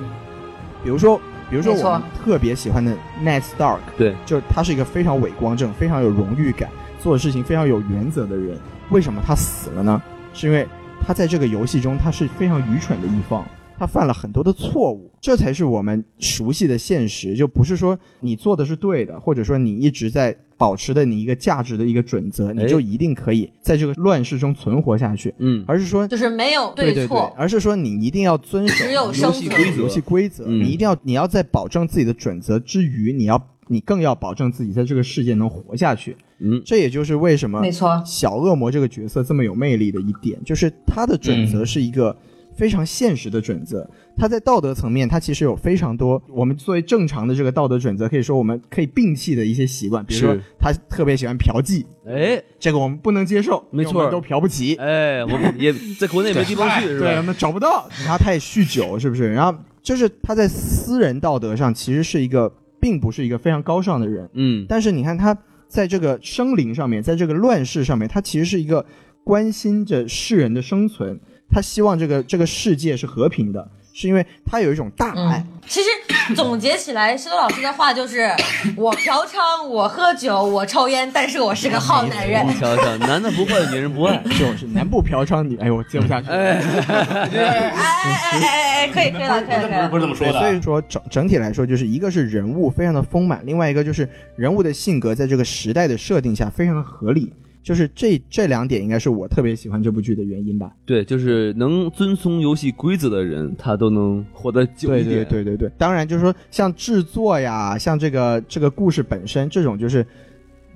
比如说，比如说没错我们特别喜欢的 Ned Stark，对，就是他是一个非常伟光正、非常有荣誉感、做事情非常有原则的人。为什么他死了呢？是因为他在这个游戏中他是非常愚蠢的一方，他犯了很多的错误，这才是我们熟悉的现实，就不是说你做的是对的，或者说你一直在保持的你一个价值的一个准则，你就一定可以在这个乱世中存活下去，嗯，而是说就是没有对对对错，，而是说你一定要遵守只有游戏生规存游戏规则，嗯你一定要你要在保证自己的准则之余，你要你更要保证自己在这个世界能活下去。嗯这也就是为什么没错，小恶魔这个角色这么有魅力的一点，就是他的准则是一个非常现实的准则。嗯他在道德层面，他其实有非常多我们作为正常的这个道德准则，可以说我们可以摒弃的一些习惯，比如说是他特别喜欢嫖妓，哎这个我们不能接受，没因为我错们都嫖不起。哎，我们也在国内没地方去是对，我吧？们找不到 他太酗酒，是不是？然后就是他在私人道德上其实是一个，并不是一个非常高尚的人，嗯，但是你看他在这个生灵上面，在这个乱世上面，他其实是一个关心着世人的生存，他希望这个这个世界是和平的，是因为他有一种大爱。其实总结起来，石头老师的话 就是：我嫖娼，我喝酒，我抽烟，但是我是个好男人。你瞧瞧，男的不坏，女人不 爱。就是南部嫖娼女，哎呦，我接不下去。 哎哎哎哎哎，可以可以了，可以了，可以不是不是这了。么说对，所以的，啊说整整体来说，就是一个是人物非常的丰满，另外一个就是人物的性格在这个时代的设定下非常的合理。就是这这两点应该是我特别喜欢这部剧的原因吧。对，就是能遵从游戏规则的人，他都能活得久一对对点。对对对，当然就是说像制作呀，像这个这个故事本身这种就是。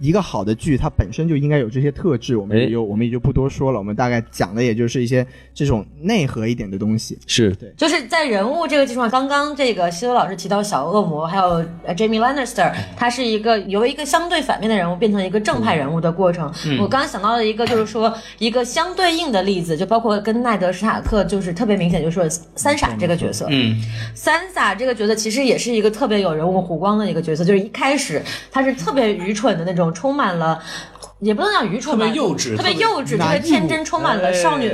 一个好的剧，它本身就应该有这些特质，我们也哎就我们也就不多说了。我们大概讲的也就是一些这种内核一点的东西。是，就是在人物这个基础上，刚刚这个西多老师提到小恶魔，还有呃 Jamie Lannister，他是一个由一个相对反面的人物变成一个正派人物的过程。嗯我刚刚想到了一个，就是说一个相对应的例子，就包括跟奈德·史塔克，就是特别明显，就是三傻这个角色。嗯，三傻这个角色其实也是一个特别有人物弧光的一个角色，就是一开始他是特别愚蠢的那种，充满了。也不能讲愚蠢吧，特别幼稚特别特别哎幼稚，特别天真，充满了少女、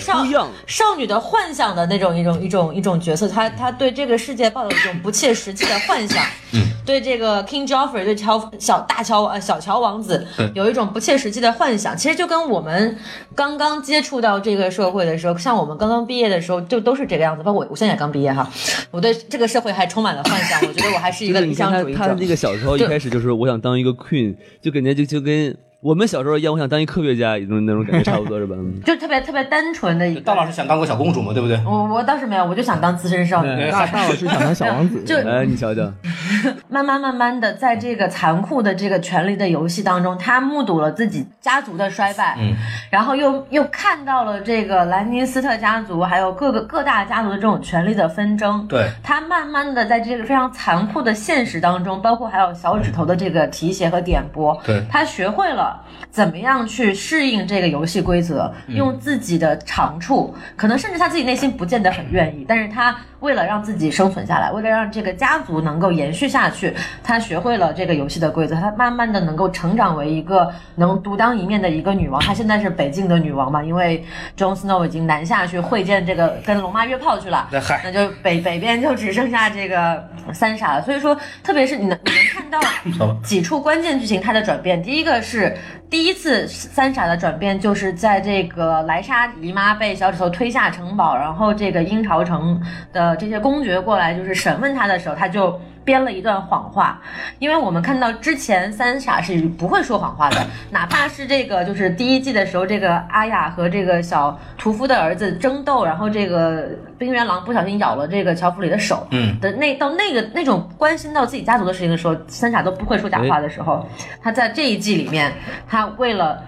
少不一样少女的幻想的那种一种一种一种角色。他他对这个世界抱有一种不切实际的幻想，对这个 King Joffrey 对乔小大乔呃小乔王子对有一种不切实际的幻想。其实就跟我们刚刚接触到这个社会的时候，像我们刚刚毕业的时候，就都是这个样子。包括我，我现在也刚毕业哈，我对这个社会还充满了幻想。我觉得我还是一就个是理你看想他主义他者。那个小时候一对开始就是我想当一个 queen，就感觉就就跟我们小时候一样，我想当一科学家，那种那种感觉差不多是吧？ 嗯就特别特别单纯的一大个，老师想当个小公主嘛，对不对？我我倒是没有，我就想当资深少女。哎对大大老师想当小王子，就哎，你瞧瞧，慢慢慢慢的，在这个残酷的这个权力的游戏当中，他目睹了自己家族的衰败，嗯，然后又又看到了这个兰尼斯特家族还有各个各大家族的这种权力的纷争，对，他慢慢的在这个非常残酷的现实当中，包括还有小指头的这个提携和点拨，对他学会了怎么样去适应这个游戏规则，用自己的长处，可能甚至他自己内心不见得很愿意，但是他为了让自己生存下来，为了让这个家族能够延续下去，他学会了这个游戏的规则，他慢慢的能够成长为一个能独当一面的一个女王。她现在是北境的女王嘛，因为 Jon Snow 已经南下去会见这个跟龙妈约炮去了。那嗨，那就北北边就只剩下这个三傻了。所以说，特别是你能你能看到好吧几处关键剧情它的转变。第一个是第一次三傻的转变，就是在这个莱莎姨妈被小指头推下城堡，然后这个鹰巢城的这些公爵过来就是审问他的时候，他就。编了一段谎话，因为我们看到之前三傻是不会说谎话的，哪怕是这个就是第一季的时候，这个阿雅和这个小屠夫的儿子争斗，然后这个冰原狼不小心咬了这个乔弗里的手嗯，的那到那个那种关心到自己家族的事情的时候，三傻都不会说假哎话的时候，他在这一季里面，他为了。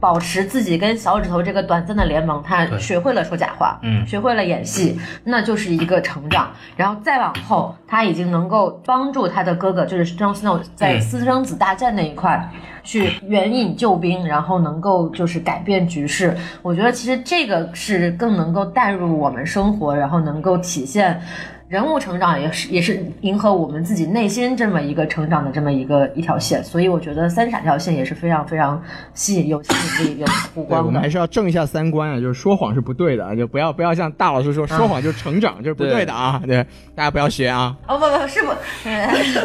保持自己跟小指头这个短暂的联盟，他对学会了说假话，嗯学会了演戏，那就是一个成长。然后再往后，他已经能够帮助他的哥哥，就是 Jon Snow 在嗯私生子大战那一块、去援引救兵，然后能够就是改变局势。我觉得其实这个是更能够带入我们生活，然后能够体现。人物成长也是也是迎合我们自己内心这么一个成长的这么一个一条线，所以我觉得三傻这条线也是非常非常吸引有吸引力有弧 对，我光们的还。是要正一下三观啊，就是说谎是不对的啊，就不要不要像大老师说说谎就是成长，这是不对的啊，对，大家不要学啊。哦不不是不，呃但是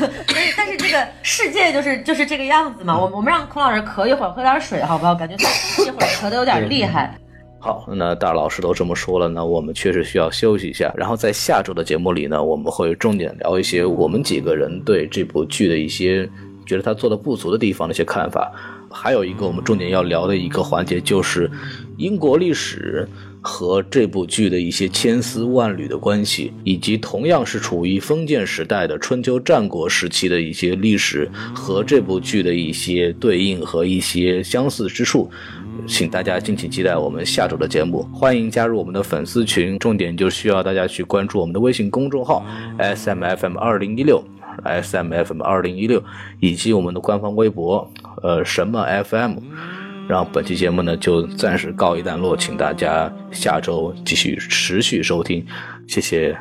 但是这个世界就是就是这个样子嘛。我们我们让孔老师咳一会儿，喝点水好不好？感觉他一会儿咳的有点厉害。好，那大老师都这么说了，那我们确实需要休息一下。然后在下周的节目里呢，我们会重点聊一些我们几个人对这部剧的一些觉得他做的不足的地方的一些看法。还有一个我们重点要聊的一个环节就是英国历史和这部剧的一些千丝万缕的关系，以及同样是处于封建时代的春秋战国时期的一些历史和这部剧的一些对应和一些相似之处。请大家敬请期待我们下周的节目。欢迎加入我们的粉丝群，重点就需要大家去关注我们的微信公众号 S M F M 二零一六 S M F M 二零一六，以及我们的官方微博呃什么 F M。然后本期节目呢就暂时告一段落，请大家下周继续持续收听，谢谢。